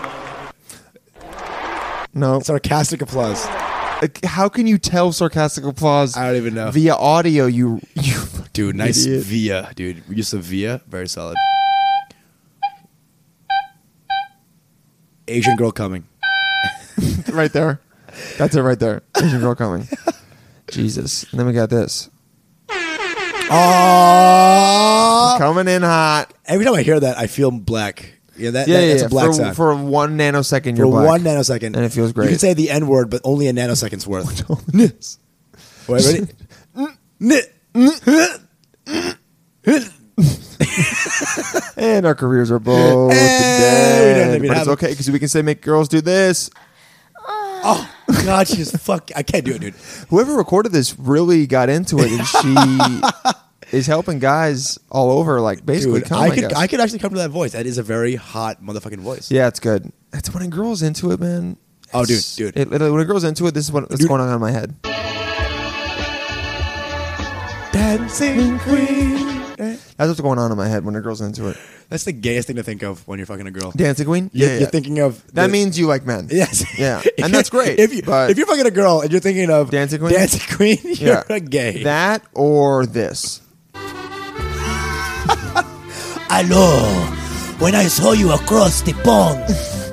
A: No.
B: Sarcastic applause.
A: Like, How can you tell sarcastic applause?
B: I don't even know.
A: Via audio, you you [laughs]
B: Dude, nice
A: Idiot.
B: via, dude. Use of via, very solid. Asian girl coming.
A: right there. That's it right there. Asian girl coming.
B: [laughs]
A: Jesus. And then we got this
B: Oh!
A: coming in hot.
B: Every time I hear that, I feel black. Yeah, that,
A: Yeah, yeah.
B: that- that's
A: yeah.
B: a black
A: for,
B: sound.
A: for one nanosecond, you're
B: for
A: black.
B: one nanosecond,
A: And it feels great.
B: You
A: [laughs]
B: can say the N word, but only a nanosecond's worth. Wait, [laughs] ready? Mm,
A: and our careers are both
B: don't
A: dead.
B: even
A: But
B: have
A: it's
B: a-
A: okay because we can say make girls do this.
B: oh God,
C: [laughs]
B: she's fuck. I can't do it, dude.
A: Whoever recorded this really got into it, and she
B: [laughs]
A: is helping guys all over, like basically.
B: Dude,
A: come,
B: I could,
A: guess.
B: I, could actually come to that voice. That is a very hot motherfucking voice.
A: Yeah, it's good. It's when a girl's into it, man.
B: Oh, dude,
A: It's-
B: dude.
A: It, it- when a girl's into it, this is what, what's
B: Dude.
A: going on in my head.
B: Dancing queen.
A: That's what's going on in my head when a girl's into it.
B: That's the gayest thing to think of when you're fucking a girl.
A: Dancing Queen?
B: You're, you're thinking of
A: That
B: the-
A: means you like men.
B: [laughs] Yes. [laughs]
A: Yeah. And that's great.
B: if you
A: but
B: if you're fucking a girl and you're thinking of
A: Dancing queen?
B: dancing queen, [laughs] you're a gay.
A: That or this. [laughs]
C: Hello. When I saw you across the pond,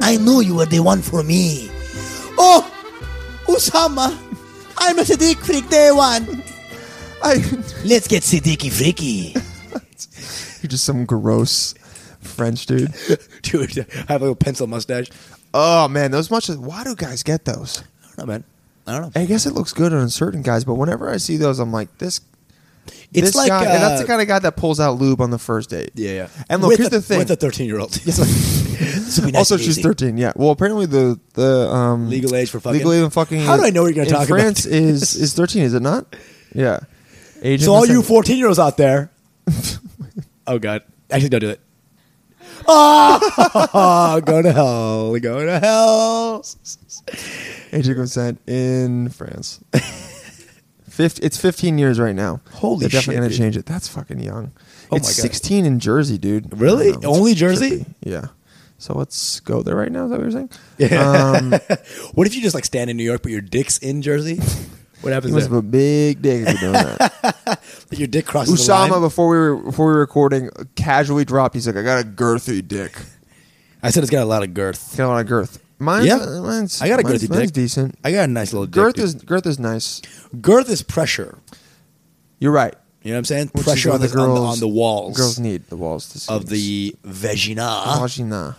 C: I knew you were the one for me.
B: Oh, Usama, I'm a Sadiq freak day one.
A: I,
C: Let's get Siddiqui Freaky.
A: you're just some gross French dude.
B: Dude, I have a little pencil mustache.
A: Oh, man. Those much. Why do guys get those?
B: I don't know, man. I don't know.
A: I guess it looks good on certain guys, but whenever I see those, I'm like, this.
F: It's
A: this
F: like
A: guy, and that's
F: uh,
A: the kind of guy that pulls out lube on the first date. [laughs]
F: yeah, yeah.
A: And look,
B: with
A: here's
B: a,
A: the thing.
B: with a thirteen-year-old.
F: This would be nice
A: also,
F: and
A: she's
F: easy.
A: 13. Yeah. Well, apparently the the um,
B: Legal age for fucking?
A: legal age for fucking.
B: How do I know what you're gonna
A: in
B: talk about
A: France is is 13, is it not? Yeah. Age
B: So
A: of
B: all you
A: consent.
B: fourteen-year-olds out there, oh god, actually don't do it. Oh, [laughs] go to hell, go to hell.
A: age of consent in France. [laughs] Fif- it's 15 years right now.
B: Holy
A: They're
B: shit,
A: definitely gonna
B: dude.
A: change it. That's fucking young.
B: Oh
A: it's
B: my God.
A: 16 in Jersey, dude.
B: Really?
A: I don't know. It's
B: Only Jersey?
A: trippy. Yeah. So let's go there right now. Is that what you're saying?
B: Yeah.
A: Um,
B: What if you just like stand in New York, but your dick's in Jersey? What
A: he
B: happens
A: must have
B: there?
A: a big dick if you're doing that.
B: [laughs] Your dick crosses the
A: Usama
B: line.
A: before we were before we were recording casually dropped. He's like, I got a girthy dick.
B: I said it's got a lot of girth.
A: Got a lot of girth. Mine's,
B: Yeah.
A: uh, mine's
B: I got a
A: mine's-
B: girthy
A: mine's
B: dick.
A: Decent.
B: I got a nice little dick,
A: Girth
B: dude.
A: is girth is nice.
B: girth is pressure.
A: You're right.
B: You know what I'm saying?
A: Which is
B: pressure
A: what
B: on the, on the on the walls
A: Girls need the walls to see
B: of the vagina.
A: vagina.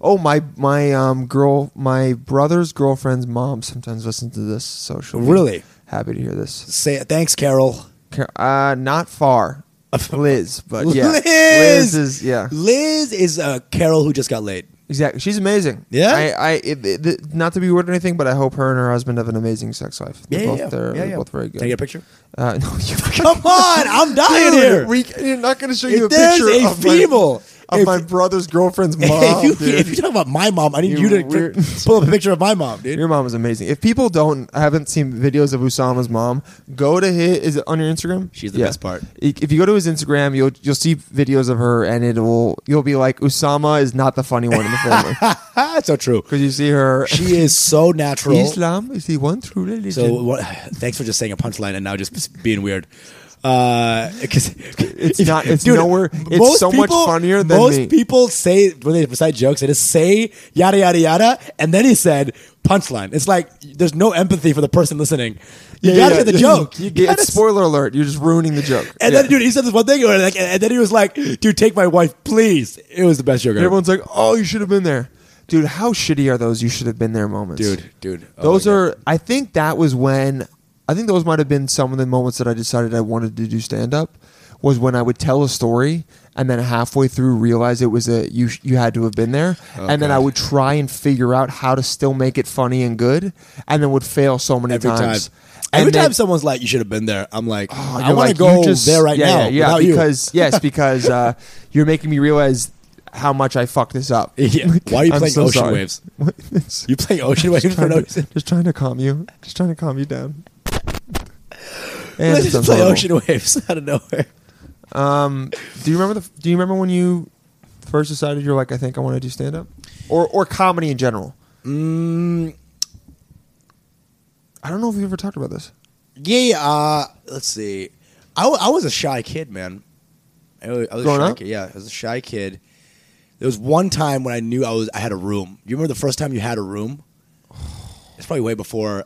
A: Oh my my um girl my brother's girlfriend's mom sometimes listens to this. So she'll be
B: Really?
A: happy to hear this.
B: Say thanks, Carol.
A: Car- Uh, not far. Liz, but yeah,
B: Liz!
A: is yeah.
B: Liz is a Carol who just got laid.
A: Exactly. She's amazing.
B: Yeah?
A: I, I it, it- it- not to be weird or anything, but I hope her and her husband have an amazing sex life. They're both, They're, they're both very good.
B: Can I get a picture?
A: Uh, [laughs] no,
B: [laughs]
A: you
B: Come on, I'm dying here.
A: Dude, we, you're not going to show
B: If
A: you a
B: there's
A: picture
B: a
A: of
B: female-
A: my, of
B: if-
A: my brother's girlfriend's mom.
B: if, [laughs] you,
A: dude.
B: if you're talking about my mom, I need
A: You're
B: you to
A: weird.
B: pull up a picture of my mom,
A: [laughs]
B: dude.
A: Your mom is amazing. If people don't haven't seen videos of Usama's mom, go to his is it on your Instagram?
F: She's the best part.
A: I- If you go to his Instagram, you'll you'll see videos of her, and it'll you'll be like Usama is not the funny one in the family
B: That's Ah, so true.
A: because you see her.
B: She is so natural.
A: Islam is the one true religion.
B: So what, thanks for just saying a punchline and now just being weird. Uh, Because [laughs]
A: It's not- it's nowhere- it's so much funnier than
B: most
A: me.
B: people say when they recite jokes. They just say yada yada yada, and then he said punchline. It's like there's no empathy for the person listening. You gotta get the joke. You
A: Yeah,
B: gotta
A: it's spoiler alert. You're just ruining the joke.
B: And
A: Yeah.
B: then dude, he said this one thing, and, like, and then he was like, "Dude, take my wife, please." It was the best joke.
A: And
B: Ever.
A: everyone's like, "Oh, you should have been there, dude." How shitty are those? You should have been there moments,
B: Dude, dude, oh
A: Those
B: my God.
A: are. I think that was when. I think those might have been some of the moments that I decided I wanted to do stand up. Was when I would tell a story and then halfway through realize it was a you sh- you had to have been there, and then I would try and figure out how to still make it funny and good, and then would fail so many
B: every time.
A: times. And
B: Every
A: then-
B: time someone's like, "You should have been there," I'm like,
A: Oh, you're
B: "I want
A: like,
B: to
A: you
B: go
A: just-
B: there right
A: yeah, Yeah,
B: now." without
A: yeah
B: you.
A: because yes, because uh, you're making me realize how much I fucked this
B: [laughs]
A: up. [laughs]
B: Yeah. Why are you
A: I'm
B: playing
A: so
B: Ocean
A: sorry.
B: Waves?
A: It's-
B: You play Ocean Waves
A: just,
B: for
A: trying
B: no
A: to,
B: reason.
A: just trying to calm you. Just trying to calm you down. And
B: Let's
A: it
B: just
A: sounds
B: play
A: horrible.
B: Ocean Waves [laughs] out of nowhere.
A: Um, do you remember the? Do you remember when you first decided you're like, I think I want to do stand up, or or comedy in general?
B: Mm.
A: I don't know if we ever talked about this.
B: Yeah, uh, let's see. I, wa- I was a shy kid, man. I was, I was
A: Growing
B: a shy
A: up?
B: kid. Yeah, I was a shy kid. There was one time when I knew I was I had a room. You remember the first time you had a room? It's probably way before.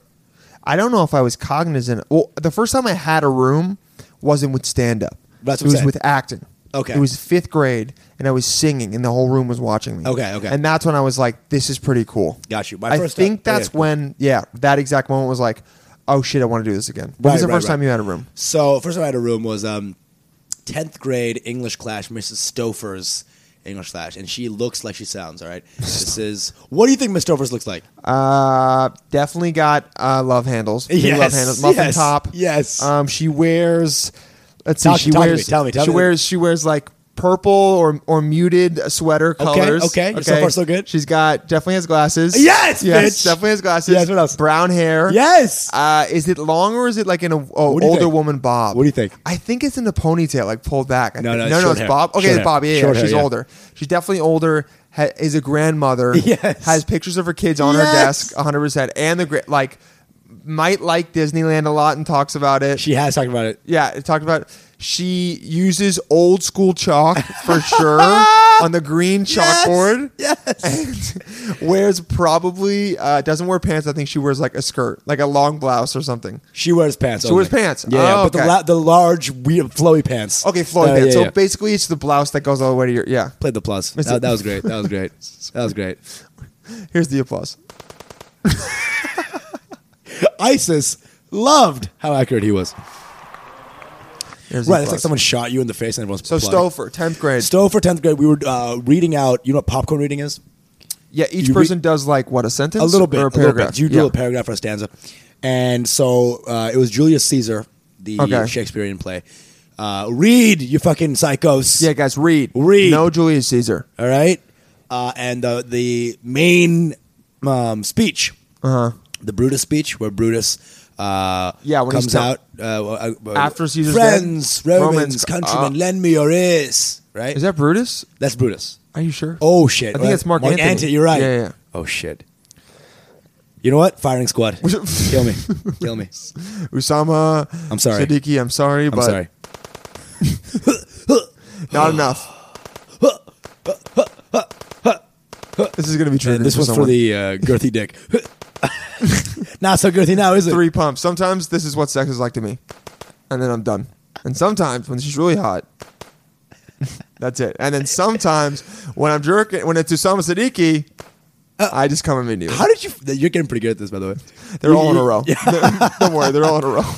A: I don't know if I was cognizant. Well, the first time I had a room wasn't with stand up.
B: That's
A: it
B: what I'm
A: was
B: saying.
A: with acting.
B: Okay.
A: It was fifth grade, and I was singing, and the whole room was watching me.
B: Okay, okay.
A: And that's when I was like, "This is pretty cool."
B: Got you. My
A: I
B: first Oh,
A: think
B: time-
A: that's
B: okay.
A: when, yeah, that exact moment was like, "Oh shit, I want to do this again." When was the
B: Right, right,
A: first
B: right.
A: time you had a room?
B: So first time I had a room was um, tenth grade English class, Mrs. Stouffer's English class, and she looks like she sounds.
A: [laughs]
B: All right, this is what do you think Miss Stouffer's looks like?
A: Uh, definitely got uh, love handles. Big
B: Yes,
A: love handles. Muffin
B: yes,
A: top.
B: yes.
A: Um, she wears. Let's see.
B: Talk-
A: she
B: talk to me,
A: wears.
B: tell me, tell
A: she
B: me.
A: wears. She wears like purple or or muted sweater colors.
B: okay, so far, so good.
A: She's got definitely has glasses.
B: Yes, bitch!
A: definitely has glasses.
B: Yes, what else?
A: Brown hair.
B: Yes.
A: Uh, is it long or is it like in a, a
B: do you
A: older
B: think?
A: woman bob?
B: What do you think?
A: I think it's in the ponytail, like pulled back. I
B: No,
A: think-
B: no, it's
A: no, no,
B: short
A: it's
B: hair.
A: bob. Okay,
B: Short
A: it's
B: hair.
A: bob. Yeah, yeah,
B: Short hair,
A: she's
B: yeah.
A: older. She's definitely older. Ha- is a grandmother.
B: [laughs] Yes.
A: has pictures of her kids on her
B: Yes.
A: desk, 100. percent And the gra- like might like Disneyland a lot and talks about it.
B: She has talked about it.
A: Yeah, it talked about she uses old school chalk for
B: [laughs]
A: sure on the green chalkboard. Yes. And wears probably uh, doesn't wear pants. I think she wears like a skirt, like a long blouse or something.
B: She wears pants.
A: She wears
B: only.
A: pants.
B: Yeah, yeah,
A: Oh,
B: but
A: okay.
B: the la- the large weird flowy pants.
A: Okay, Floyd.
B: Uh,
A: pants.
B: yeah,
A: so
B: yeah.
A: basically, it's the blouse that goes all the way to your. Yeah.
B: played the plus.
A: Missed
B: That,
A: it.
B: that was great. That
A: [laughs]
B: was great. That was great.
A: Here's the applause.
B: ISIS loved how accurate he was.
A: Here's
B: right,
A: E
B: it's like
A: plus.
B: someone shot you in the face and everyone's
A: So
B: plugged.
A: Stouffer, tenth grade.
B: Stouffer, tenth grade, we were uh, reading out. You know what popcorn reading is?
A: yeah, each
B: you re-
A: person does like what a sentence,
B: a little bit,
A: or
B: a,
A: a
B: little
A: paragraph.
B: bit. You do
A: yeah.
B: a paragraph or a stanza, and so uh, it was Julius Caesar, the
A: Okay.
B: Shakespearean play. Uh, read, you fucking psychos.
A: Yeah, guys, read,
B: Read.
A: No Julius Caesar.
B: All right. Uh, and uh, the main um, speech,
A: Uh huh.
B: the Brutus speech, where Brutus. Uh,
A: Yeah, when he's
B: comes
A: tell-
B: out uh, uh,
A: After Caesar's
B: friends,
A: dead?
B: Romans,
A: Romans,
B: countrymen,
A: uh,
B: lend me your ears. Right,
A: Is that Brutus?
B: that's Brutus.
A: Are you sure?
B: Oh shit!
A: I think that's Mark Antony.
B: You're right.
A: Yeah, yeah, yeah.
B: Oh shit! You know what? Firing
A: [laughs]
B: squad. Kill me. Kill me.
A: Usama.
B: I'm sorry.
A: Siddiqui. I'm sorry,
B: I'm
A: but
B: sorry.
A: not
B: [gasps]
A: enough. this is gonna be true.
B: And this one's for the uh, girthy dick. [laughs] Not so girthy now, is it?
A: [laughs] three pumps. Sometimes this is what sex is like to me, and then I'm done. And sometimes when she's really hot, [laughs] that's it. And then sometimes when I'm jerking, when it's Usama Siddiqui, I just come immediately.
B: How did you? You're getting pretty good at this, by the way.
A: They're all in a row.
B: Yeah.
A: [laughs] Don't worry, they're all in a row.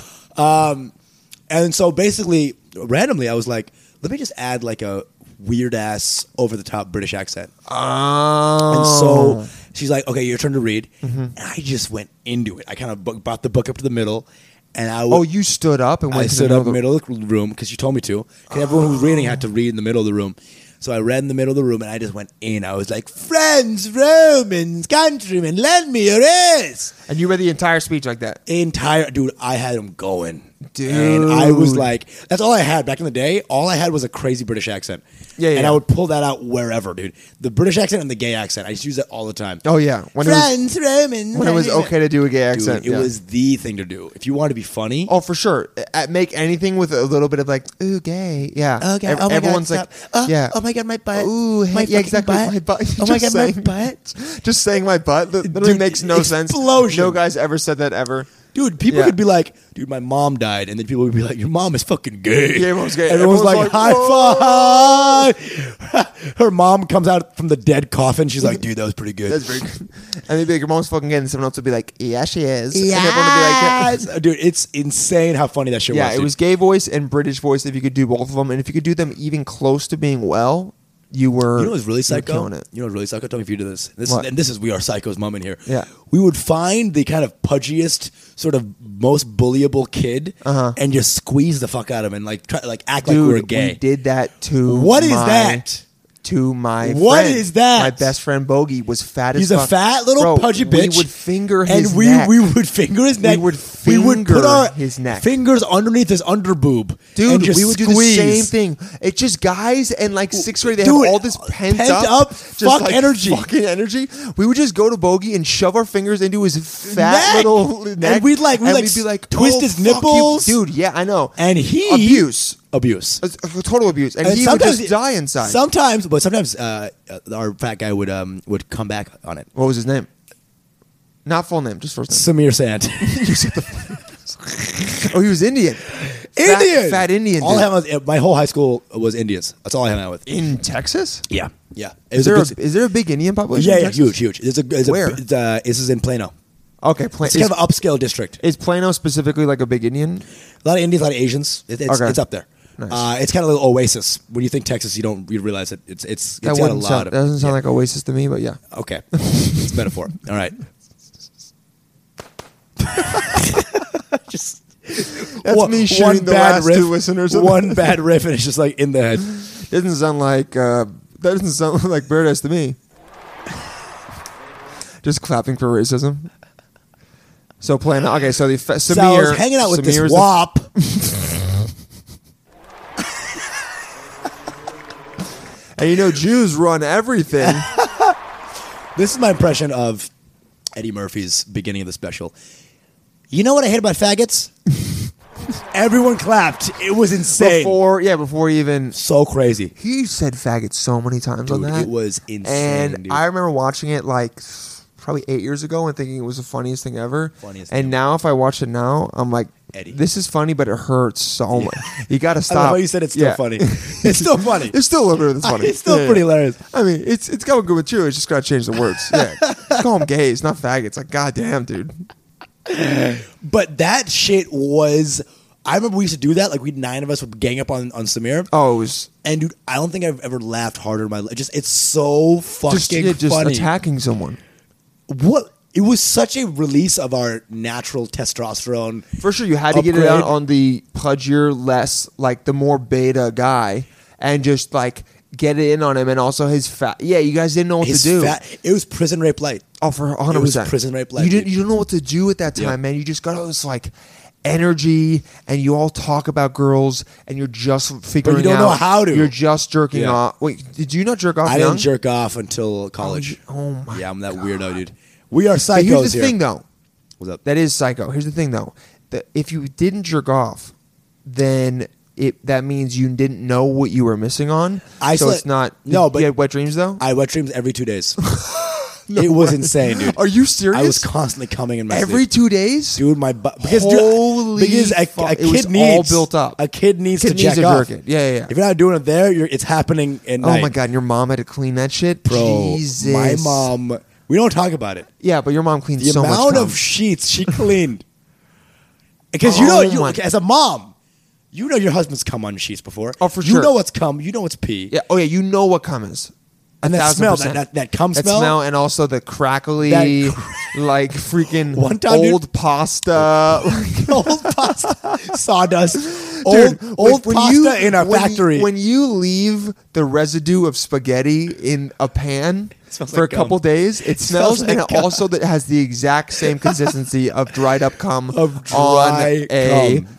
B: And so basically, randomly, I was like, let me just add like a weird ass, over the top British accent. And
A: Oh. Mm-hmm.
B: so she's like, okay, your turn to read. And I just went into it. I kind of bu- brought the book up to the middle, and I
A: oh, you stood up and went
B: I
A: to
B: stood
A: the
B: up in the middle of the room because you told me to. 'Cause everyone who was reading had to read in the middle of the room. So I read in the middle of the room and I just went in. I was like, Friends, Romans, countrymen, lend me your ears.
A: and you read the entire speech like that.
B: Entire dude, I had him going.
A: Dude.
B: And I was like, that's all I had back in the day. All I had was a crazy British accent.
A: Yeah, yeah,
B: And
A: yeah.
B: I would pull that out wherever, dude. The British accent and the gay accent. I just use that all the time.
A: Oh yeah, when it was,
B: Friends, Romans.
A: when it was
B: countrymen.
A: okay to do a gay
B: Dude,
A: accent,
B: it
A: yeah.
B: was the thing to do. If you wanted to be funny,
A: Oh, for sure. Uh, Make anything with a little bit of like, ooh, gay. Yeah.
C: Okay.
A: Ev-
C: oh my
A: everyone's
C: god,
A: like,
C: stop. Oh,
A: yeah.
C: Oh my god, my butt.
A: Ooh, hey,
C: my fucking
A: yeah, exactly.
C: Butt.
A: My
B: [laughs]
A: butt.
C: Oh my god,
A: Just
C: my
A: saying.
C: butt.
A: [laughs] Just saying my butt that literally
B: Dude,
A: makes no sense.
B: explosion.
A: No guy's ever said that ever.
B: Dude, people
A: Yeah.
B: could be like, dude, my mom died. And then people would be like, your mom is fucking gay.
A: Yeah, your mom's gay.
B: And everyone's,
A: Everyone's
B: like,
A: like,
B: high five. [laughs] Her mom comes out from the dead coffin.
C: [laughs]
B: She's like, dude, that was pretty good.
A: That's
B: [laughs]
A: very good. And they'd be like, your mom's fucking gay. And someone else would be like, yeah, she is. And everyone would be like, yeah.
B: Yes. Dude, it's insane how funny that shit
A: Yeah,
B: was.
A: it
B: dude.
A: was gay voice and British voice. If you could do both of them, and if you could do them even close to being well, you were.
B: You know what's
A: you
B: really
A: were
B: psycho?
A: killing it.
B: You know what's really psycho? Tell me if you do this. This
A: What?
B: and this is we are psychos moment here.
A: Yeah.
B: We would find the kind of pudgiest, sort of most bullyable kid,
A: Uh-huh.
B: and just squeeze the fuck out of him and like try like act
A: Dude,
B: like we were gay.
A: we did that to
B: What is
A: my-
B: that?
A: To my
B: What
A: friend.
B: is that?
A: My best friend Bogey was fat as
B: He's a
A: fuck.
B: fat little
A: Bro,
B: pudgy bitch.
A: We would finger
B: and
A: his
B: we
A: neck.
B: we would finger his neck.
A: would
B: We would put
A: finger
B: our
A: his neck.
B: fingers underneath his underboob. and
A: Dude,
B: just
A: we would do the
B: squeeze.
A: same thing. It's just guys and like sixth grade. They
B: Dude,
A: have all this pent,
B: pent
A: up,
B: up
A: just
B: fuck
A: like
B: energy.
A: fucking energy. We would just go to Bogey and shove our fingers into his fat
B: Neck!
A: little
B: And
A: neck,
B: we'd, like- we'd, like,
A: be like
B: twist
A: "Oh,
B: his
A: fuck you."
B: nipples.
A: dude. Yeah, I know.
B: And he
A: abuse,
B: abuse.
A: Uh, total abuse, and, he would
B: sometimes-
A: just die inside.
B: Sometimes, but sometimes uh, uh, our fat guy would um, would come back on it.
A: what was his name? Not full name, just first name.
B: Samir Sand, [laughs]
A: [laughs] Oh, he was Indian. Fat-
B: Indian,
A: fat Indian
B: All I
A: dude.
B: hung out with- my whole high school was Indians. That's all I hung out with.
A: In Texas?
B: Yeah, yeah.
A: Is
B: It was a
A: there a,
B: big-
A: is there a big Indian population?
B: yeah,
A: in
B: yeah,
A: Texas?
B: huge, huge. It's a, it's a-
A: Where?
B: it's, uh, this is in Plano.
A: Okay, Pla-
B: It's
A: is,
B: kind of an upscale district.
A: is Plano specifically like a big Indian?
B: A lot of Indians, a lot of Asians. It, it's,
A: Okay.
B: it's up there.
A: Nice.
B: Uh, it's kind of a little oasis. When you think Texas, you don't you realize it. It's it's,
A: That
B: it's got a
A: wouldn't
B: lot
A: sound,
B: of.
A: that doesn't sound like Oasis to me, but yeah.
B: Okay, it's a
A: [laughs]
B: metaphor. All right. just
A: That's
B: one-
A: me
B: one
A: shooting the
B: bad
A: last
B: riff,
A: two listeners of-
B: One bad riff, and it's just like in the head.
A: Doesn't sound like uh, that doesn't sound [laughs] like Paradise to me. Just clapping for racism. So Plano. Okay, so the fa- Samir
B: so I was hanging out with
A: Samir's the-
B: this wop.
A: and you know Jews run
B: [laughs]
A: everything.
B: This is my impression of Eddie Murphy's beginning of the special. You know what I hate about
A: [laughs]
B: faggots? Everyone clapped. It was insane.
A: before yeah, before he even
B: So crazy.
A: he said faggot so many times on
B: Dude,
A: that.
B: it was insane,
A: And
B: dude.
A: I remember watching it like probably eight years ago and thinking it was the funniest thing ever.
B: Funniest
A: and
B: thing.
A: now if I watch it now, I'm like,
B: Eddie.
A: this is funny, but it hurts so much.
B: [laughs]
A: You got to
B: I love
A: stop.
B: how you said it's still
A: Yeah. [laughs]
B: funny. It's still funny.
A: There's still a little bit of this funny.
B: [laughs] It's still
A: Yeah,
B: pretty
A: yeah.
B: hilarious.
A: I mean, it's it's going good with you. It's just got to change the
B: [laughs]
A: words. Yeah, Just call them gays, not faggots. Like, goddamn, dude.
B: But that shit was I remember we used to do that. Like we nine of us would gang up on on Samir.
A: Oh, it was
B: And dude, I don't think I've ever laughed harder in my life. Just it's so fucking
A: just, yeah, just
B: funny.
A: attacking someone.
B: What it was such a release of our natural testosterone.
A: For sure, you had to get it out
B: Upgrade.
A: on the pudgier, less like the more beta guy, and just like get it in on him, and also his fat. Yeah, you guys didn't know what
B: His
A: to do.
B: fat- it was prison rape light.
A: oh, for hundred
B: was
A: percent,
B: prison rape
A: You
B: light,
A: didn't.
B: dude.
A: You don't know what to do at that time, man. You just got all this like energy, and you all talk about girls, and you're just figuring.
B: don't know
A: out-
B: how to.
A: You're just jerking
B: Yeah.
A: off. Wait, did you not jerk off?
B: I
A: young?
B: didn't jerk off until college.
A: Oh my
B: yeah, I'm that weirdo, dude. We are psychos
A: But here's the
B: here.
A: thing, though.
B: What's up?
A: That is psycho. Here's the thing, though. That if you didn't jerk off, then it that means you didn't know what you were missing on.
B: I
A: so
B: slept-
A: it's not.
B: No,
A: you
B: but-
A: had wet dreams though.
B: I wet dreams every
A: [laughs]
B: two days. it was insane, dude.
A: Are you serious?
B: I was constantly coming in my
A: every
B: sleep.
A: two days,
B: dude. My butt because dude,
A: Holy
B: because a,
A: fuck.
B: a
A: It
B: kid
A: was all
B: needs
A: built up.
B: A kid needs
A: Kid
B: to
A: needs
B: jack
A: to
B: off.
A: jerk it. Yeah, yeah, yeah.
B: If you're not doing it there, you're, it's happening. At
A: Oh
B: night.
A: my god! And your mom had to clean that shit.
B: bro!
A: Jesus.
B: My mom. We don't talk about it.
A: Yeah, but your mom cleaned
B: The
A: so much.
B: amount
A: cum.
B: of
A: [laughs]
B: sheets she cleaned. Because you know,
A: Oh
B: you
A: my-
B: as a mom, you know your husband's come on sheets before.
A: Oh, for
B: you
A: sure.
B: know what's come. You know what's pee.
A: yeah. Oh yeah, you know what cum is. A
B: And that
A: thousand
B: smell,
A: percent.
B: that- that- that cum
A: that
B: smell? [laughs]
A: and also the crackly, [laughs]
B: That
A: like freaking
B: [laughs] One time, dude-
A: old pasta.
B: [laughs] old pasta,
A: [laughs]
B: sawdust, old
A: Dude,
B: old
A: when- when
B: pasta
A: you-
B: in a
A: when you-
B: factory.
A: when you leave the residue of spaghetti in a pan
B: smells
A: for
B: like
A: a couple
B: gum.
A: days,
B: [laughs]
A: it, smells,
B: smells
A: and
B: like
A: it also that has the exact same
B: [laughs]
A: consistency of dried up cum
B: Of
A: on
B: dry
A: a
B: cum.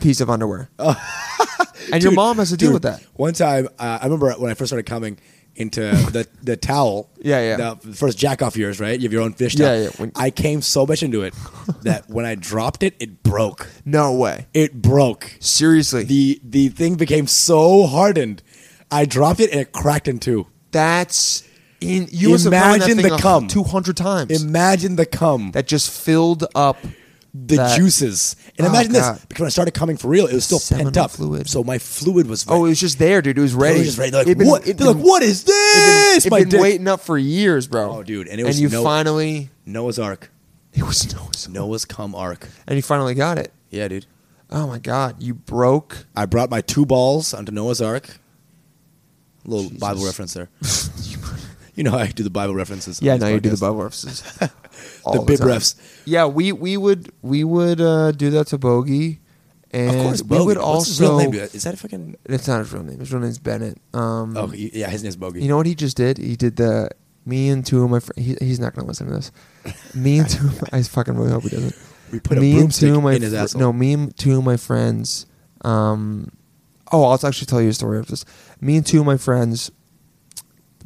A: piece of
B: [laughs]
A: underwear. and your
B: Dude,
A: mom has to deal
B: dude,
A: with that.
B: One time, uh, I remember when I first started coming into the the towel.
A: [laughs] Yeah, yeah.
B: The first jack off years, right? You have your own fish
A: Yeah,
B: towel.
A: yeah, when-
B: I came so much
A: [laughs]
B: into it that when I dropped it, it broke.
A: No way.
B: It broke.
A: Seriously.
B: The the thing became so hardened. I dropped it and it cracked in two.
A: That's in you must have thrown
B: Imagine
A: that
B: the cum.
A: two hundred times.
B: Imagine the cum,
A: that just filled up
B: the
A: that-
B: juices, and
A: Oh,
B: imagine
A: God.
B: this. Because when I started coming for real, it was still pent
A: Seminal
B: up.
A: fluid.
B: So my fluid was.
A: Oh, it was just there, dude. It was ready.
B: They were just ready. They're like,
A: It'd been-
B: what?
A: it'd
B: They're
A: been-
B: like, what is this?
A: Eh, It's been,
B: My
A: it'd been
B: dick.
A: waiting up for years, bro.
B: Oh, dude, and it was
A: and you
B: no- [laughs]
A: finally
B: Noah's Ark.
A: it was no, it was-
B: Noah's cum ark.
A: and you finally got it.
B: Yeah, dude.
A: Oh my god, you broke.
B: I brought my two balls onto Noah's Ark. Little
A: Jesus.
B: Bible reference there. [laughs] you know how I do the Bible references. on
A: Yeah,
B: these
A: now you do the
B: podcasts.
A: bub refs. [laughs]
B: The bib refs.
A: Yeah, we we would we would uh, do that to Bogey, and
B: Of course,
A: we
B: Bogey.
A: would
B: What's
A: also.
B: his real name? Uh, Is that a fucking?
A: It's not his real name. His real name's Bennett. Um,
B: Oh, he- yeah, his name's Bogey.
A: You know what he just did? He did the me and two of my friends. He, he's not going to listen to
B: [laughs]
A: this. Me and two. I fucking really hope he doesn't.
B: We put a
A: me and
B: broomstick
A: two of my
B: in his
A: fr-
B: asshole.
A: no. Me and two of my friends. Um, oh, I'll actually tell you a story of this. Me and two of my friends.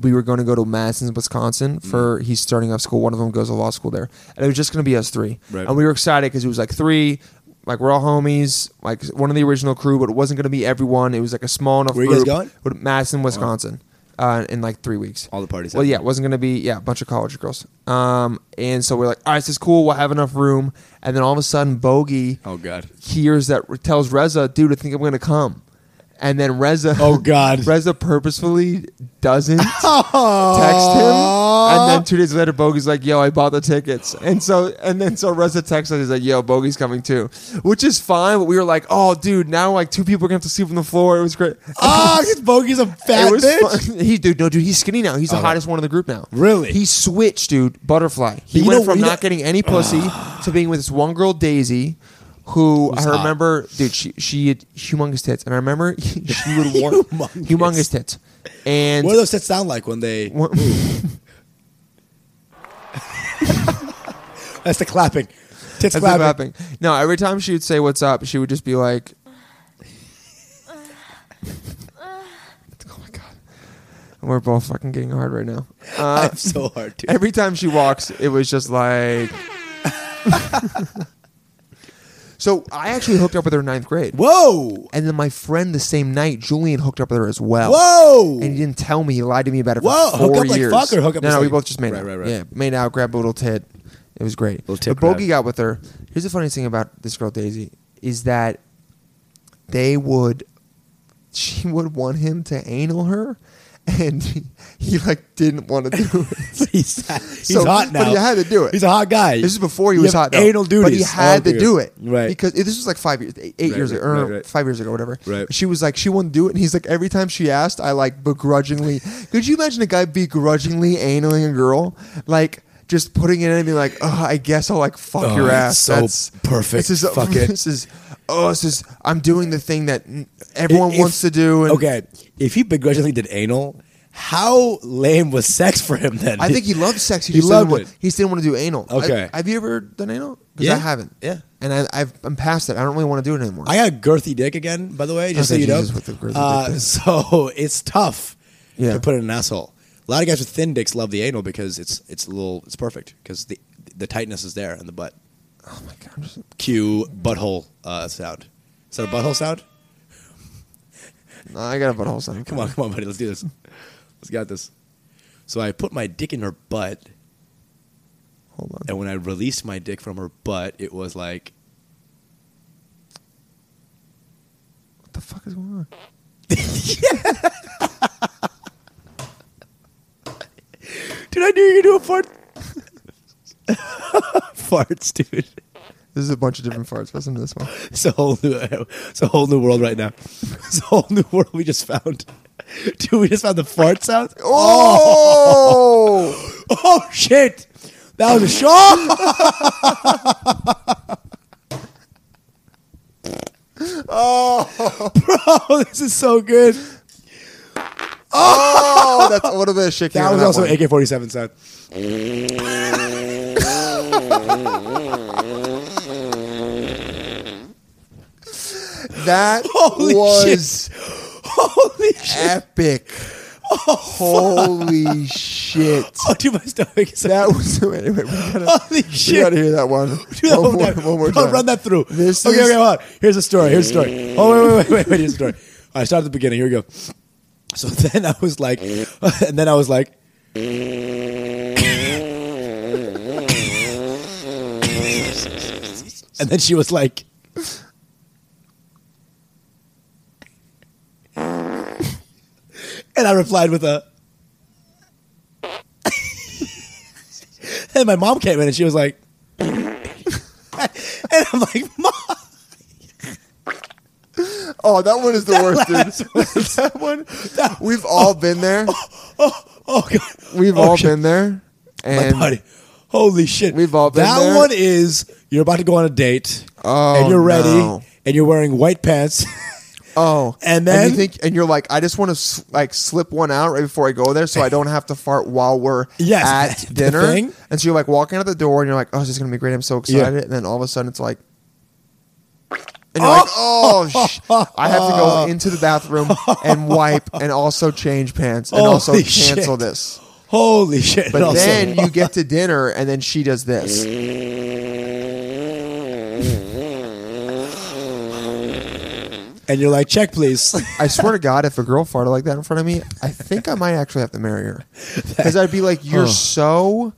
A: We were going to go to Madison, Wisconsin
B: Mm.
A: for he's starting up school. One of them goes to law school there, and it was just going to be us three.
B: Right.
A: And we were excited because it was like three, like we're all homies, like one of the original crew, but it wasn't going to be everyone. It was like a small enough.
B: Where you
A: group.
B: guys going?
A: With Madison, Wisconsin, uh, in like three weeks.
B: All the parties
A: Well,
B: happening.
A: yeah, it wasn't gonna be yeah, a bunch of college girls. Um, and so we're like, all right, this is cool. We'll have enough room. And then all of a sudden, Bogey
B: Oh God.
A: hears that tells Reza, dude, I think I'm gonna come. And then Reza,
B: Oh,
A: [laughs]
B: God.
A: Reza purposefully doesn't text him.
B: Aww.
A: And then two days later, Bogey's like, "Yo, I bought the tickets." And so, and then so Reza texts us. He's like, "Yo, Bogey's coming too," which is fine. But we were like, "Oh, dude, now like two people are gonna have to sleep on the floor." It was great.
B: Ah, [laughs] because Bogey's a fat
A: It was
B: bitch. Oh.
A: fun. [laughs] He dude, no, dude, he's skinny now. He's the hottest one in the group now.
B: Really?
A: He switched, dude. Butterfly. He
B: you
A: went
B: know-
A: from
B: you
A: not
B: know-
A: getting any pussy to being with this one girl, Daisy. Who I
B: hot.
A: remember, dude. She she had humongous tits, and I remember [laughs] she would warn
B: Humongous.
A: humongous tits, and
B: What do those sets sound like when
A: [laughs]
B: they?
A: What-
B: That's the clapping. Tits
A: That's
B: clapping.
A: clapping. No, every time she would say "What's up," she would just be like, [laughs] "Oh my god, we're both fucking getting hard right now."
B: [laughs]
A: Uh,
B: I'm so hard to.
A: every time she walks, it was just like. [laughs] so I actually hooked up with her in ninth grade,
B: Whoa!
A: and then my friend the same night, Julian, hooked up with her as well.
B: Whoa!
A: And he didn't tell me. He lied to me about it for
B: Whoa,
A: four
B: hook up like
A: years.
B: fuck or hook up
A: no,
B: as
A: no, we
B: like-
A: both just made
B: Right,
A: out.
B: right, right.
A: Yeah, made out, grabbed a little tit. It was great.
B: tit
A: but Bogey
B: grab.
A: got with her. Here's the funniest thing about this girl Daisy is that they would, she would want him to anal her, and [laughs] he, he like didn't want to do it.
B: [laughs] he's he's
A: So-
B: hot now.
A: but you had to do it.
B: He's a hot guy.
A: This is before he
B: You
A: was
B: have
A: hot. Though.
B: Anal duties.
A: But he had
B: Oh,
A: to do it.
B: Right.
A: Because this was like five years, eight, eight
B: Right,
A: years
B: right,
A: ago, or
B: right, right.
A: five years ago, whatever.
B: Right.
A: She was like, she wouldn't do it. And he's like, every time she asked, I like begrudgingly. Could you imagine a guy begrudgingly analing a girl? Like, just putting it in and being like, oh, I guess I'll like fuck
B: Oh,
A: your
B: that's
A: ass.
B: so perfect.
A: This is,
B: Fuck
A: [laughs]
B: it.
A: This is, oh, this is, I'm doing the thing that n- everyone
B: If-
A: wants to do. And
B: okay, if he begrudgingly did anal, how lame was sex for him then?
A: I think he loved sex. He,
B: He
A: just didn't
B: loved
A: want-
B: it.
A: He just didn't want to do anal. I-
B: Okay.
A: have you ever done anal? Because
B: Yeah.
A: I haven't.
B: Yeah.
A: And I, I've, I'm past it. I don't really want to do it anymore.
B: I got a girthy dick again, by the way, just
A: Okay,
B: so you
A: Jesus,
B: know.
A: with the girthy
B: Uh,
A: dick.
B: [laughs] so it's tough
A: Yeah.
B: to put in an asshole. A lot of guys with thin dicks love the anal because it's it's a little it's perfect because the the tightness is there in the butt.
A: oh my god. I'm just-
B: Cue butthole uh, sound. Is that a butthole sound?
A: no, I got a butthole sound.
B: Come on, [laughs] come on, buddy. Let's do this. Let's got this. So I put my dick in her butt,
A: Hold on.
B: and when I released my dick from her butt, it was like
A: What the fuck is going on?
B: Dude, I knew you could do a fart. [laughs] Farts, dude.
A: This is a bunch of different farts. Listen to this
B: [laughs]
A: one.
B: It's a whole new, it's a whole new world right now. It's a whole new world we just found. Dude, we just found the fart sound.
A: Oh!
B: Oh shit! That was a shock. oh, [laughs] bro, this is so good.
A: oh! That's a little bit of shaking.
B: That
A: on
B: was also
A: one.
B: AK forty seven sound.
A: That
B: [laughs] Holy [laughs]
A: was Eh.
B: Holy shit!
A: epic. Holy shit.
B: Oh, dude, my stomach is.
A: That was. [laughs] Wait, wait, we gotta,
B: Holy
A: we
B: Oh, shit!
A: gotta hear that
B: [laughs]
A: one.
B: Do that
A: one,
B: one,
A: more, one
B: time.
A: more
B: [laughs] Run-
A: time.
B: Run that through.
A: This
B: okay,
A: is-
B: okay, hold on. Here's a story. Here's a
A: [laughs]
B: story. Oh, wait, wait, wait, wait, wait. Here's a story. All right, start at the beginning. Here we go. So [laughs] then I was like, and then I was like, [laughs] and then she was like, [laughs] and I replied with a, [laughs] and my mom came in and she was like, [laughs] and I'm like, mom.
A: Oh, that one is the worst, dude. [laughs]
B: that one.
A: We've all been there.
B: [laughs] oh god,
A: We've
B: Oh,
A: all
B: shit.
A: been there. And
B: my buddy. Holy shit!
A: We've all been
B: that
A: there.
B: one is you're about to go on a date,
A: Oh,
B: and you're ready,
A: no.
B: and you're wearing white pants. [laughs]
A: Oh,
B: And
A: you
B: then-
A: think, and you're like, I just want to s like slip one out right before I go there, so I don't have to fart while we're
B: Yes,
A: at
B: [laughs] the
A: dinner.
B: thing.
A: And so you're like walking out the door, and you're like, Oh, this is gonna be great! I'm so
B: Yeah.
A: excited. And then all of a sudden, it's like, and
B: [laughs]
A: you're like, Oh, sh- I have to go into the bathroom and wipe, and also change pants, and also
B: Holy
A: cancel
B: shit.
A: this.
B: Holy shit!
A: But
B: And also- [laughs]
A: then you get to dinner, and then she does this.
B: and you're like,
A: [laughs]
B: check please.
A: I swear to God, if a girl farted like that in front of me, I think I might actually have to marry her because I'd be like, "You're so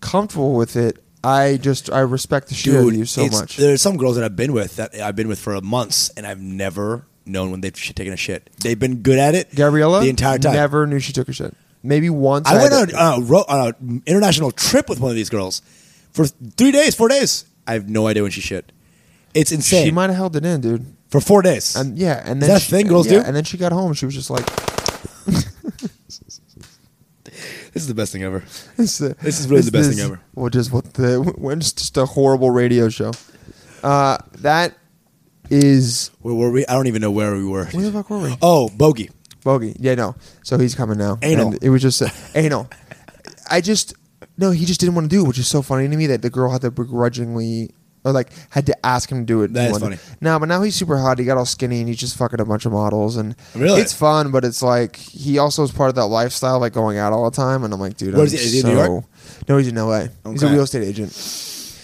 A: comfortable with it. I just I respect the shit out of you so
B: it's-
A: much."
B: There's some girls that I've been with that I've been with for months, and I've never known when they've sh- taken a shit. They've been good at it,
A: Gabriella,
B: the entire time.
A: never knew she took a shit. Maybe once.
B: I went
A: had-
B: on uh, a, on, a ro- on an international trip with one of these girls for three days, four days. I have no idea when she shit. It's insane.
A: She might have held it in, dude.
B: for four days.
A: And yeah, and then
B: Is that a
A: she,
B: thing girls
A: yeah,
B: do?
A: And then she got home. She was just like, [laughs]
B: this is the best thing ever.
A: "This, uh,
B: This is really the best thing ever.
A: Well, just what the [laughs] when it's just a horrible radio show. Uh, that is
B: Where were we? I don't even know where we were.
A: where the fuck were we?
B: Oh, bogey.
A: Bogey. Yeah, no. So he's coming now.
B: Anal.
A: And it was just uh, anal. [laughs] I just no. He just didn't want to do it, which is so funny to me that the girl had to begrudgingly or like had to ask him to do it.
B: That is
A: He wanted-
B: funny.
A: No, but now he's super hot. He got all skinny and he's just fucking a bunch of models and
B: Really?
A: it's fun. But it's like he also is part of that lifestyle, like going out all the time. And I'm like, dude,
B: Where
A: I'm
B: is he? Is he in
A: so-
B: New York?
A: No, he's in L.A. He's a
B: Okay. Mm-hmm.
A: real estate agent.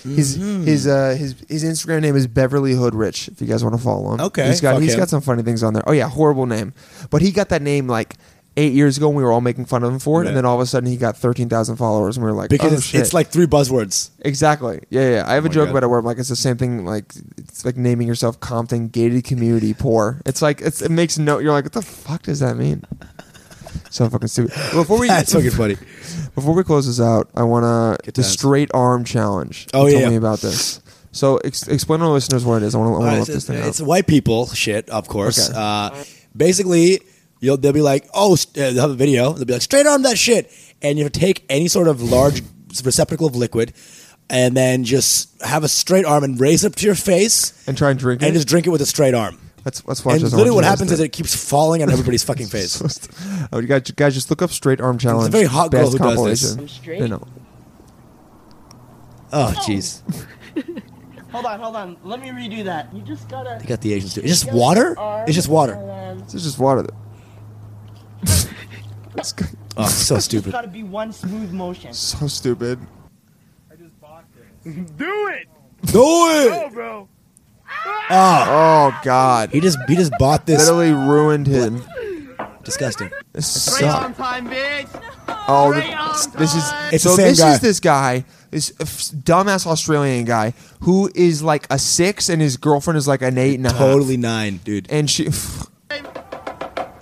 A: His his uh his his Instagram name is Beverly Hood Rich. If you guys want to follow him,
B: Okay,
A: He's got
B: fuck
A: he's
B: him.
A: got some funny things on there. Oh yeah, horrible name, but he got that name like eight years ago, and we were all making fun of him for it.
B: Right.
A: And then all of a sudden, he got thirteen thousand followers, and we were like,
B: Because
A: oh,
B: it's,
A: shit.
B: it's like three buzzwords.
A: exactly, yeah, yeah. I have a
B: my
A: joke
B: God.
A: about it where I'm like, it's the same thing. Like it's like naming yourself Compton gated community poor. It's like it's, it makes no. You're like, what the fuck does that mean? [laughs] So fucking stupid. Before we
B: [laughs] That's fucking funny.
A: before we close this out, I want to the
B: that.
A: straight arm challenge.
B: Oh,
A: Tell
B: yeah.
A: me about this. So ex- explain to the listeners what it is. Oh, I want to
B: Uh,
A: let
B: it's,
A: this thing
B: it's
A: out.
B: white people shit, of course.
A: Okay.
B: Uh, basically, you'll they'll be like, oh, st- uh, they'll have a video. They'll be like, straight arm that shit, and you take any sort of large [laughs] receptacle of liquid, and then just have a straight arm and raise it up to your face,
A: And try and drink it.
B: and just drink it with a straight arm.
A: let's let's watch
B: and
A: this. I
B: literally,
A: want
B: what
A: you
B: happens
A: guys
B: is
A: to-
B: it keeps falling on everybody's
A: [laughs]
B: fucking face.
A: Oh, you guys, you guys just look up straight arm challenge.
B: very hot girl
A: best
B: who does this.
A: compilation.
G: I'm straight.
A: You know.
B: Oh, jeez,
G: Hold on, hold on. Let me redo that. You just gotta.
B: they got the Asians too. It's just water. It's just water.
G: Um,
A: This is just water. [laughs] It's g-
B: Oh, so
G: [laughs] it's
B: stupid.
G: gotta be one smooth motion.
A: so stupid.
B: Do it. Ah.
G: bro.
A: Oh God!
B: He just he just bought this.
A: Literally ruined him.
B: Disgusting.
A: This sucks.
G: time, bitch.
A: Oh,
G: Right
A: th-
G: on
A: this is
G: time.
B: It's
A: so.
B: the same
A: this
B: guy.
A: is this guy, this f- dumbass Australian guy who is like a six, and his girlfriend is like an eight and a half.
B: Totally nine, dude.
A: And she. [sighs]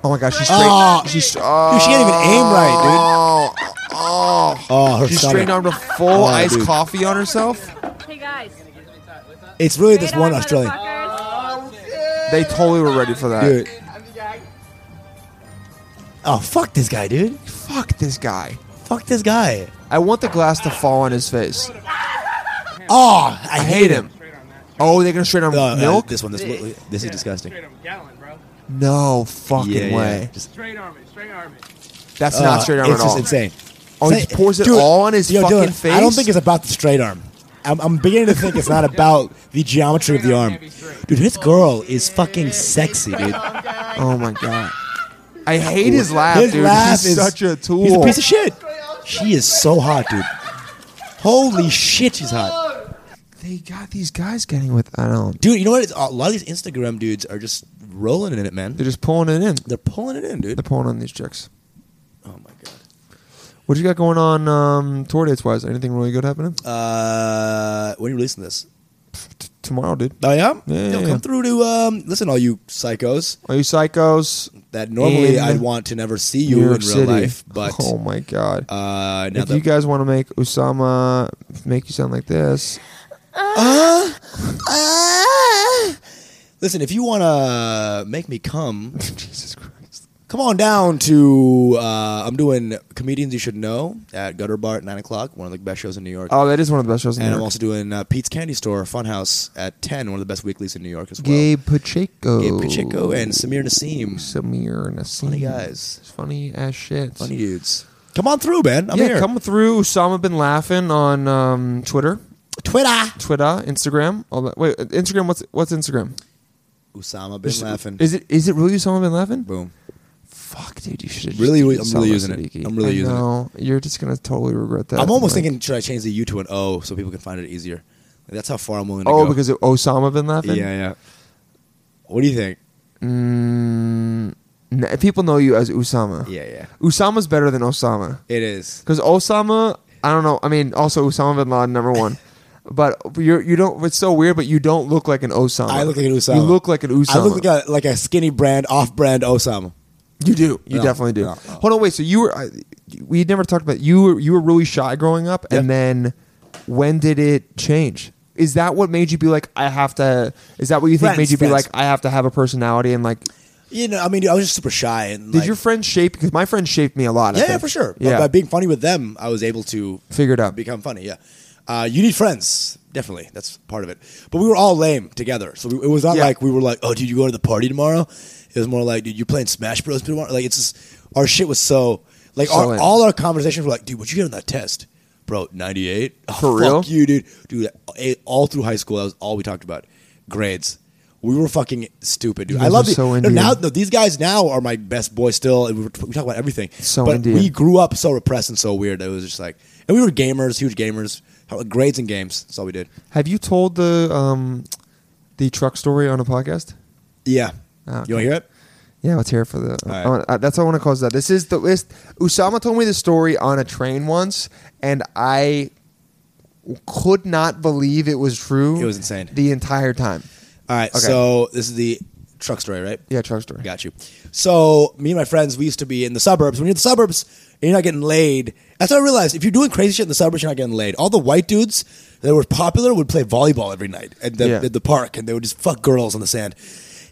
A: Oh my gosh, she's straight.
B: Oh.
A: she's oh,
B: Dude, she can't even aim right,
A: oh,
B: dude. Oh, her
A: she
B: stomach.
A: straight armed a full
B: Oh,
A: iced
B: dude.
A: coffee on herself.
H: Hey guys,
B: It's really
H: this
B: this one Australian.
A: They totally were ready for that.
B: Dude. Oh, fuck this guy, dude.
A: Fuck this guy.
B: Fuck this guy.
A: I want the glass to fall on his face.
B: Oh, I,
A: I hate him. Oh, they're gonna straight arm
B: Uh, uh,
A: milk?
B: this one. This, this is disgusting.
A: No fucking
B: Yeah, yeah,
A: way.
B: just-
A: That's
B: uh,
A: not straight arm
B: it's
A: at all.
B: Just insane.
A: Oh, he
B: Say-
A: pours it
B: Dude,
A: all on his
B: yo,
A: fucking
B: Dylan,
A: face.
B: I don't think it's about the straight arm. I'm, I'm beginning to think it's not about the geometry of the arm. Dude, this girl is fucking sexy, dude.
A: Oh my
B: [laughs]
A: god. I hate his laugh,
B: His
A: dude.
B: laugh
A: he's
B: is
A: such a tool.
B: He's a piece of shit. She is so hot, dude. Holy shit, she's hot,
A: they got these guys getting with. I don't.
B: dude. You know what? It's, a lot of these Instagram dudes are just rolling in it, man.
A: They're just pulling it in.
B: They're pulling it in, dude.
A: They're pulling on these chicks.
B: Oh my god.
A: What you got going on um, tour dates wise? Anything really good happening
B: Uh, when are you releasing this?
A: T- tomorrow, dude?
B: Oh yeah,
A: Yeah,
B: Yo,
A: yeah,
B: come
A: yeah.
B: through to um. Listen, all you psychos
A: Are you psychos?
B: that normally
A: In
B: I'd want to never see
A: New
B: you in
A: York
B: real
A: City.
B: life, but
A: [laughs] oh my god!
B: uh, now
A: if you
B: that
A: guys want to make Usama make you sound like
B: [laughs]
A: this,
B: Uh, listen, if you want to make me come,
A: Jesus Christ!
B: come on down to uh, I'm doing comedians you should know at Gutter Bar at nine o'clock, one of the best shows in New York.
A: Oh, that is one of the best shows in
B: and
A: the
B: I'm
A: world.
B: also doing uh, Pete's Candy Store Funhouse at ten, one of the best weeklies in New York as well.
A: Gabe Pacheco,
B: Gabe Pacheco and Samir Nassim,
A: Samir and Nassim.
B: Funny guys.
A: It's funny as shit.
B: funny dudes. Come on through, man. I'm
A: yeah,
B: here.
A: come through. Usama bin Laughing on um, Twitter,
B: Twitter.
A: Twitter, Instagram. All that. Wait, Instagram. What's what's Instagram?
B: Usama bin laughing.
A: Is it is it really Usama bin Laughing?
B: Boom.
A: Fuck, dude, you should
B: Really, really- I'm really using it. I'm really using it.
A: no, You're just gonna totally regret that.
B: I'm almost
A: Like,
B: thinking, should I change the U to an O so people can find it easier? Like, that's how far I'm willing to
A: Oh,
B: go.
A: because of Osama bin Laden.
B: yeah, yeah. What do you think?
A: Mm, n- people know you as Usama.
B: Yeah, yeah.
A: Usama's better than Osama
B: It is.
A: because Osama. I don't know. I mean, also Osama bin Laden, number one. But you're you don't. It's so weird, but you don't look like an Osama.
B: I look like an Usama.
A: You look like an Usama.
B: I look like a like a skinny brand, off brand Osama.
A: you do. You
B: No,
A: definitely do.
B: no, no.
A: Hold on, wait. So you were. I, we had never talked about you. Were, you were really shy growing up, and
B: Yeah.
A: then when did it change? Is that what made you be like I have to? Is that what you think
B: Friends,
A: made you be
B: friends.
A: like I have to have a personality and like?
B: You know, I mean, I was just super shy and
A: Did
B: like,
A: your friends shape? Because my friends shaped me a lot. I
B: yeah, yeah,
A: think.
B: for sure. But
A: Yeah,
B: by being funny with them, I was able to
A: Figure it out.
B: become funny. Yeah, uh, you need friends, definitely. That's part of it. But we were all lame together, so we, it was not
A: Yeah.
B: like we were like, "Oh, dude, you go to the party tomorrow." It was more like, "Dude, you playing Smash Bros tomorrow?" Like it's just our shit was so like
A: So
B: our,
A: lame.
B: all our conversations were like, "Dude, what you get on that test, bro? Ninety eight
A: For real?
B: Fuck you, dude, dude." eh, All through high school, that was all we talked about. Grades. We were fucking stupid, dude.
A: You
B: I
A: guys
B: love
A: were
B: the,
A: so
B: no,
A: into it.
B: now no, these guys now are my best boys still. And we, were, we talk about everything.
A: So
B: but
A: Indian.
B: we grew up so repressed and so weird. It was just like, and we were gamers, huge gamers, how- grades and games. That's all we did.
A: Have you told the um, the truck story on a podcast?
B: Yeah.
A: Ah,
B: You want to hear it?
A: Yeah, let's hear it for the.
B: All right.
A: I wanna- uh, that's what I want to close that. This is the list. Usama told me the story on a train once, and I could not believe it was true.
B: It was insane.
A: the entire time.
B: All right.
A: Okay.
B: So this is the truck story, right?
A: Yeah, truck story.
B: Got you. So me and my friends, we used to be in the suburbs. When you're in the suburbs and you're not getting laid, that's what I realized. If you're doing crazy shit in the suburbs, you're not getting laid. All the white dudes that were popular would play volleyball every night at the,
A: Yeah.
B: at the park, and they would just fuck girls on the sand.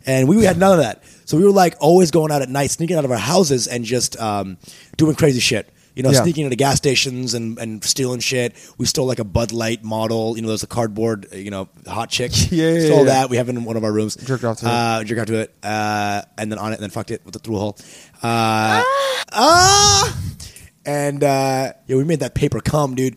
B: And we had none of that. So we were like always going out at night, sneaking out of our houses and just um, doing crazy shit. You know,
A: Yeah.
B: sneaking into gas stations and, and stealing shit. We stole like a Bud Light model. You know, there's a cardboard, you know, hot chick.
A: [laughs] Yeah, yeah,
B: Stole
A: yeah.
B: that. We have it in one of our rooms.
A: Jerked off to it.
B: Uh, uh, jerk off to it, uh, and then on it, and then fucked it with the through hole. Uh, ah! And uh, yeah, we made that paper come,
A: [laughs]
B: dude.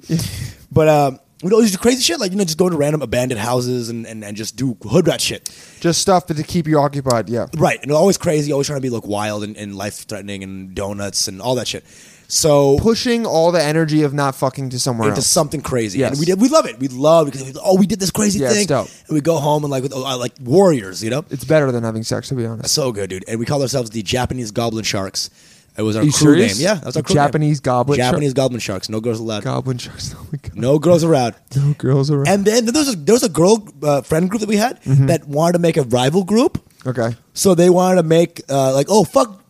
B: but um, we'd always do crazy shit, like you know, just go to random abandoned houses and, and, and just do hood rat shit.
A: Just stuff to keep you occupied. Yeah.
B: Right, and always crazy, always trying to be like wild and, and life threatening, and donuts and all that shit. So
A: Pushing all the energy of not fucking to somewhere
B: into
A: else.
B: something crazy.
A: Yes.
B: And we did. We love it. We love it because we, oh, we did this crazy
A: Yeah, it's
B: thing,
A: dope.
B: and we go home and like with, uh, like warriors, you know.
A: it's better than having sex, to be honest.
B: So good, dude. And we called ourselves the Japanese Goblin Sharks. It was our
A: Are you
B: crew
A: serious?
B: name. Yeah, that was our
A: The
B: crew
A: Japanese
B: name.
A: Goblin Shark-
B: Japanese Goblin Sharks. No girls allowed.
A: Goblin sharks. Oh my god.
B: No
A: [laughs]
B: girls around.
A: No girls around.
B: And then there was a, there was a girl uh, friend group that we had
A: Mm-hmm.
B: that wanted to make a rival group.
A: okay.
B: So they wanted to make uh, like, oh fuck,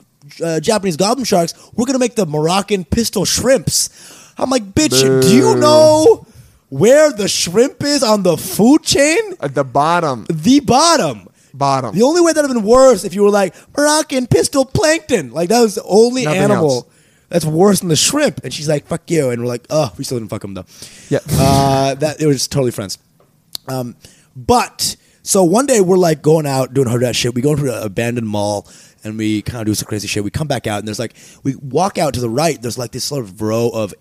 B: uh, Japanese Goblin Sharks. We're gonna make the Moroccan pistol shrimps. I'm like, bitch, do you
A: Boo.
B: know where the shrimp is on the food chain?
A: At Uh, the bottom.
B: The bottom.
A: Bottom.
B: The only way that would have been worse if you were like Moroccan pistol plankton. Like that was the only
A: Nothing
B: animal
A: else.
B: that's worse than the shrimp. And she's like, "Fuck you," and we're like, "Oh, we still didn't fuck him though."
A: Yeah.
B: uh, that they were just totally friends. Um, but so one day we're like going out doing hard that shit. We go into an abandoned mall and we kind of do some crazy shit. We come back out and there's like we walk out to the right. There's like this sort of row of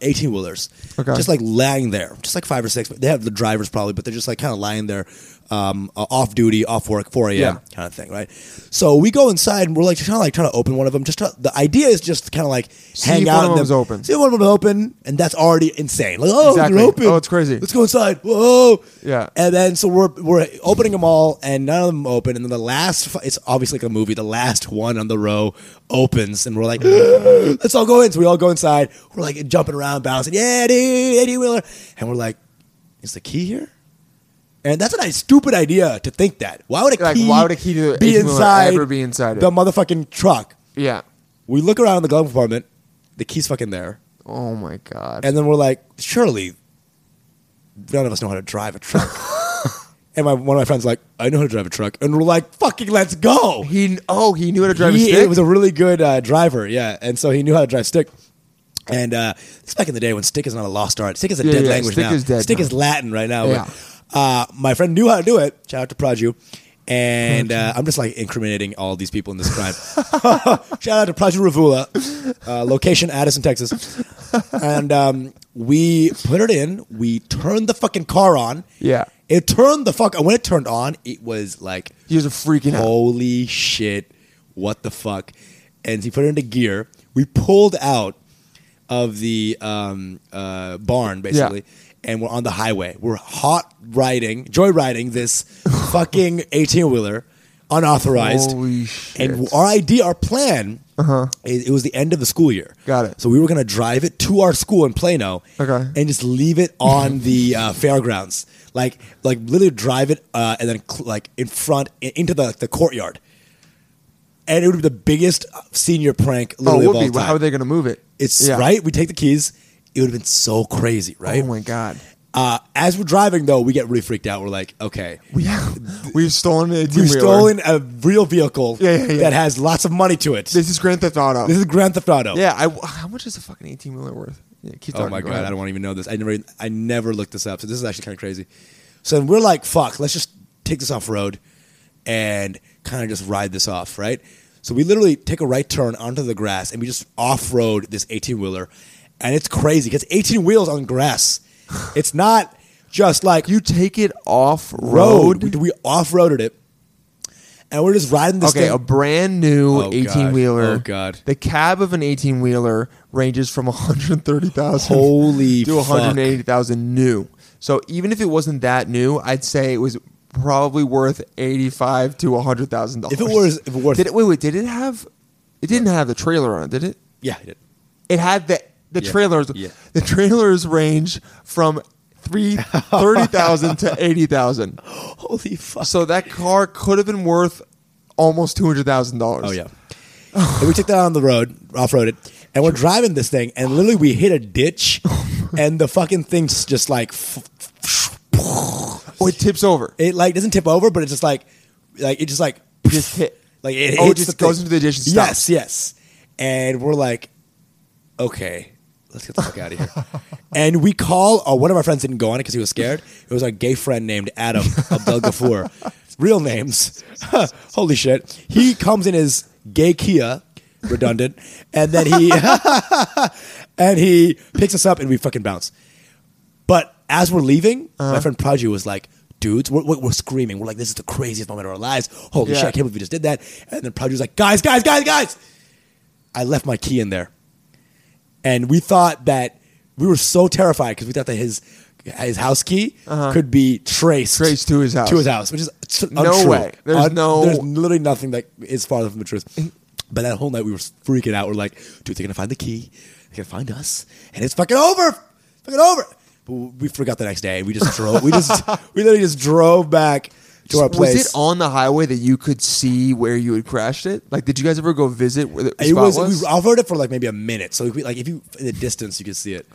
B: eighteen wheelers,
A: Okay.
B: just like lying there, just like five or six. They have the drivers probably, but they're just like kind of lying there, um, uh, off duty, off work, four a.m.
A: Yeah.
B: kind of thing, right? So we go inside and we're like just kind of like trying to open one of them. Just to, the idea is just kind of like hang
A: if
B: out
A: one of
B: in
A: them's
B: them-
A: open.
B: See if one of them open, and that's already insane. Like oh,
A: Exactly.
B: they're open.
A: Oh, it's crazy.
B: Let's go inside. Whoa.
A: Yeah.
B: And then so we're we're opening them all, and none of them open. And then the last, fu- it's obviously like a movie. The last one on the row opens, and we're like, [gasps] let's all go in. So we all go inside. We're like jumping around, bouncing. Yeah, dude, Eddie Wheeler. And we're like, is the key here? And that's a nice, stupid idea to think that. Why would a
A: Like,
B: key?
A: why would a key to the
B: be
A: 18 wheeler
B: inside?
A: ever be inside it?
B: the motherfucking truck.
A: Yeah.
B: We look around in the glove compartment. The key's fucking there.
A: Oh my god.
B: And then we're like, surely none of us know how to drive a truck. and my, one of my friends like, I know how to drive a truck. And we're like, fucking let's go.
A: he oh he knew how to drive
B: He
A: a stick.
B: was a really good uh, driver, yeah. And so he knew how to drive stick. And uh, it's back in the day when stick is not a lost art. Stick is a
A: Yeah,
B: dead
A: yeah,
B: language
A: stick
B: now.
A: is dead
B: stick
A: now.
B: is Latin right now.
A: Yeah.
B: But, uh, my friend knew how to do it. Shout out to Praju. And uh, I'm just like incriminating all these people in this crime. [laughs] Shout out to Praju Ravula, uh, location Addison, Texas. And um, we put it in. We turned the fucking car on.
A: Yeah.
B: It turned the fuck. When it turned on, it was like
A: he was a freaking out.
B: Holy shit. What the fuck? And he put it into gear. We pulled out of the um, uh, barn, basically, and we're on the highway. We're hot riding, joyriding this [laughs] fucking 18 wheeler, unauthorized.
A: Holy shit.
B: And our idea, our plan, uh-huh. it, it was the end of the school year.
A: Got it.
B: So we were going to drive it to our school in Plano
A: Okay.
B: and just leave it
A: [laughs]
B: on the uh, fairgrounds. Like, like literally drive it uh, and then cl- like in front i- into the, the courtyard. And it would be the biggest uh, senior prank
A: Oh,
B: literally
A: it
B: of all
A: would be.
B: time.
A: How are they going to move it?
B: it's
A: Yeah.
B: right. We take the keys. It would have been so crazy, right?
A: Oh my
B: [laughs]
A: god.
B: Uh, as we're driving though, we get really freaked out. We're like, okay,
A: We [laughs] we've stolen it.
B: we've stolen a real vehicle
A: Yeah, yeah, yeah.
B: that has lots of money to it.
A: This is Grand Theft Auto.
B: This is Grand Theft Auto.
A: yeah. I, how much is a fucking eighteen wheeler worth? Yeah, keep
B: Oh
A: talking,
B: my
A: go
B: god,
A: ahead.
B: I don't want to even know this. I never, I never looked this up. So this is actually kind of crazy. So then we're like, fuck, let's just take this off road and kind of just ride this off, right? So we literally take a right turn onto the grass and we just off road this eighteen wheeler, and it's crazy because eighteen wheels on grass.
A: [sighs]
B: it's not just like
A: You take it off
B: road.
A: road.
B: We, we off roaded it, and we're just riding this
A: Okay,
B: thing.
A: a brand new
B: Oh, God.
A: 18 wheeler.
B: Oh, God.
A: The cab of an 18 wheeler ranges from 130,000 [laughs]
B: Holy
A: to
B: fuck.
A: 180,000 new. So even if it wasn't that new, I'd say it was probably worth 85 to 100,000 dollars.
B: If it was- if it was-
A: Did it wait wait, did it have It didn't have the trailer on it, did it?
B: yeah, I did.
A: It had the the
B: Yeah,
A: trailers
B: yeah.
A: the trailers range from three
B: [laughs]
A: thirty thousand to 80,000.
B: holy fuck.
A: So that car could have been worth almost two hundred thousand dollars.
B: Oh yeah. and we took that on the road, off roaded, and we're driving this thing, and literally we hit a ditch, and the fucking thing's just like, f-
A: Oh, it tips over.
B: it like doesn't tip over, but it's just like, like it just like,
A: Just hit.
B: like it,
A: Oh, it
B: hits
A: just
B: the
A: goes
B: thing.
A: into the ditch and
B: Yes,
A: stops.
B: yes. And we're like, okay, let's get the fuck out
A: [laughs]
B: of here. and we call. Oh, one of our friends didn't go on it because he was scared. It was our gay friend named Adam
A: [laughs]
B: Abdul Gafur. Real names. [laughs] Holy shit. He comes in his gay Kia, redundant, and
A: [laughs]
B: then he and he picks us up and we fucking bounce. But as we're leaving,
A: Uh-huh.
B: my friend Praju was like, dudes, we're, we're we're screaming. We're like, this is the craziest moment of our lives. Holy
A: Yeah.
B: shit, I can't believe we just did that. And then Praju was like, guys, guys, guys, guys. I left my key in there. And we thought that we were so terrified because we thought that his his house key could be traced
A: Uh-huh. Traced to his house.
B: to his house, which is t-
A: No
B: untrue.
A: way. There's no-
B: There's literally nothing that is farther from the truth. But that whole night we were freaking out. We're like, dude, they're gonna find the key. They're gonna find us, and it's fucking over. Fucking over. But we forgot the next day. We just drove. we just [laughs] we literally just drove back to our place.
A: Was it on the highway that you could see where you had crashed it? Like, did you guys ever go visit where the
B: It
A: spot
B: was,
A: was?
B: We offered it for like maybe a minute. So we, like if you in the distance, you could see it.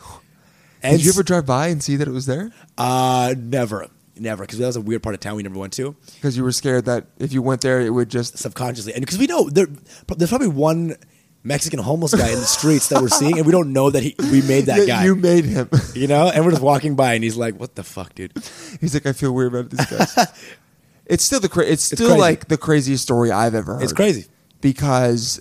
B: And
A: did you ever drive by and see that it was there?
B: Uh, never, never, because that was a weird part of town we never went to
A: Because you were scared that if you went there, it would just.
B: subconsciously, and because we know there, pro- there's probably one Mexican homeless guy in the streets that we're seeing, and we don't know that he we made that guy.
A: You made him. [laughs]
B: you know, and we're just walking by, and he's like, "What the fuck, dude?"
A: He's like, I feel weird about these
B: [laughs]
A: guys. it's still the cra- it's still
B: crazy.
A: like the craziest story I've ever heard.
B: It's crazy.
A: because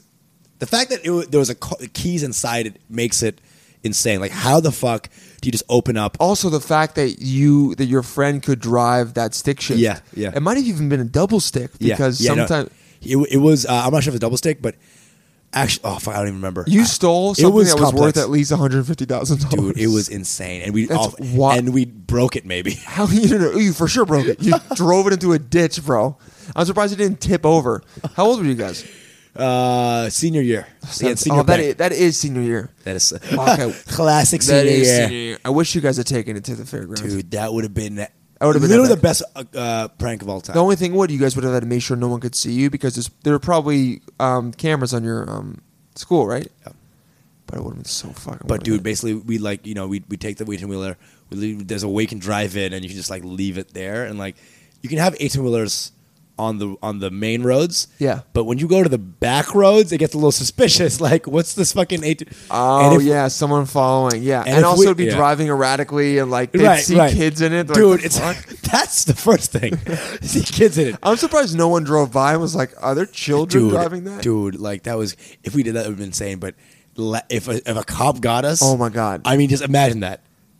B: The fact that it, wa- there was a co- keys inside it makes it insane. Like, how the fuck do you just open up?
A: also the fact that you that your friend could drive that stick shift.
B: Yeah, yeah.
A: It might have even been a double stick because
B: yeah, no.
A: sometimes
B: it, it was. Uh, I'm not sure if it's double stick, but actually, oh fuck, I don't even remember.
A: you stole something that was worth
B: complex.
A: at least one hundred fifty thousand dollars.
B: dude. It was insane, and we
A: That's
B: all,
A: wi-
B: and we broke it maybe. [laughs]
A: How you didn't know? You for sure broke it. You drove it into a ditch, bro. I'm surprised it didn't tip over. How old were you guys?
B: Uh, senior year, [laughs] yeah, senior
A: oh, that
B: bank.
A: is, that is senior year.
B: that
A: [laughs]
B: is
A: Okay.
B: [laughs] classic
A: That
B: senior
A: is
B: year.
A: senior year. I wish you guys had taken it to the fairgrounds.
B: Dude, that would have been that
A: would've been
B: literally the
A: epic.
B: best uh, uh, prank of all time.
A: The only thing would you guys would have had to make sure no one could see you because there's, there were probably um, cameras on your um, school, right?
B: Yeah.
A: But it would have been so fucking.
B: but
A: worth
B: dude,
A: it.
B: basically we like you know we we take the eighteen wheeler. We leave, there's a wake and drive in, and you can just like leave it there, and like you can have eighteen wheelers on the on the main roads.
A: Yeah.
B: but when you go to the back roads, it gets a little suspicious. [laughs] Like, what's this fucking eighteen?
A: oh
B: and if-
A: yeah, someone following. Yeah, and,
B: if we-
A: also it'd be
B: yeah.
A: driving erratically and like they'd see kids in it, They're
B: dude.
A: like, "The
B: it's
A: fuck?"
B: [laughs] that's the first thing. [laughs] see kids in it.
A: I'm surprised no one drove by and was like, "Are there children
B: dude,
A: driving that?"
B: Dude, like that was if we did that, it would have been insane. But la- if a, if a cop got us,
A: Oh my God.
B: I mean, just imagine that.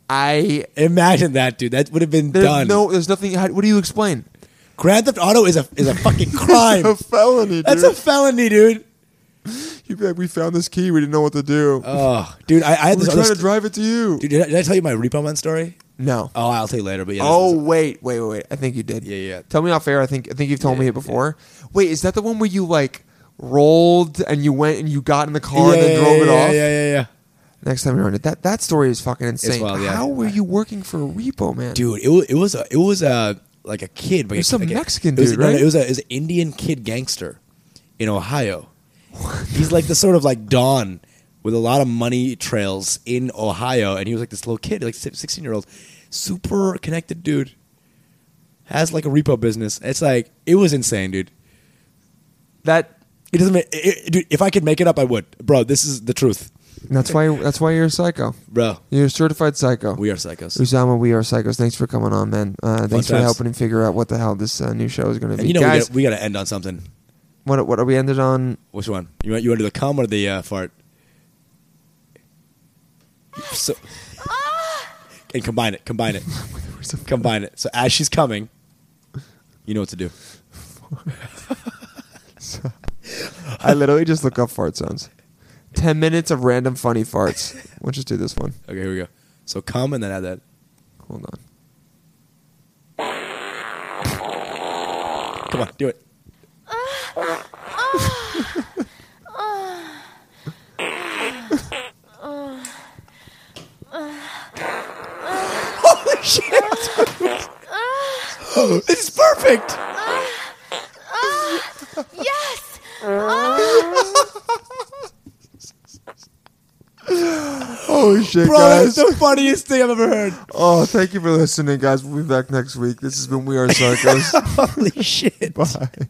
A: I
B: Imagine that, dude. That would have been
A: there's
B: done.
A: no, there's nothing. How, what do you explain? [laughs]
B: Grand Theft Auto is a is a fucking crime.
A: A felony.
B: That's a
A: dude.
B: felony, dude.
A: You'd be like, "We found this key. We didn't know what to do.
B: Oh, dude, I, I had
A: we are
B: this.
A: trying
B: Other
A: to
B: st-
A: drive it to you."
B: dude, did I, did I tell you my Repo Man story?
A: no.
B: Oh, I'll tell you later. But yeah, this
A: Oh
B: is-
A: wait, wait, wait, wait! I think you did.
B: Yeah, yeah.
A: Tell me off air. I think I think you've told me
B: Yeah,
A: it before. Wait, is that the one where you like rolled and you went and you got in the car
B: yeah,
A: and then
B: yeah,
A: drove it
B: yeah,
A: off?
B: Yeah, yeah, yeah.
A: Next time you're on it, that that story is fucking insane.
B: wild, yeah.
A: How were you working for a repo man?
B: dude. It was it was a it was a like a kid, but
A: It was
B: a-
A: some
B: like a-
A: Mexican
B: it was-
A: dude,
B: no, no,
A: right?
B: it was a it was an Indian kid gangster in Ohio. He's like the sort of like Don with a lot of money trails in Ohio, and he was like this little kid, like sixteen year old, super connected dude. Has like a repo business. It's like it was insane, dude.
A: that
B: It doesn't, make, it, it- dude. If I could make it up, I would, bro. This is the truth,
A: that's why that's why you're a psycho.
B: bro.
A: You're a certified psycho.
B: We are psychos.
A: Usama, we are psychos. Thanks for coming on, man. Uh, thanks for
B: times.
A: helping figure out what the hell this uh, new show is going to
B: and
A: be.
B: you know we
A: Guys,
B: gotta, we got to end on something.
A: what what are we ended on?
B: Which one? You want you want to do the cum or the uh, fart? So, and combine it, combine it, combine it. So as she's coming, you know what to do.
A: I literally just look up fart sounds. Ten minutes of random funny farts. We'll just do this one.
B: Okay, here we go. So come and then add that.
A: Hold on.
B: Come on, do it. Holy shit! this is perfect.
E: Yes!
A: Oh shit,
B: Bro,
A: guys!
B: that's the funniest thing I've ever heard.
A: Oh, thank you for listening, guys. We'll be back next week. This has been We Are Sarcos.
B: [laughs] Holy
A: [laughs]
B: shit.
A: Bye.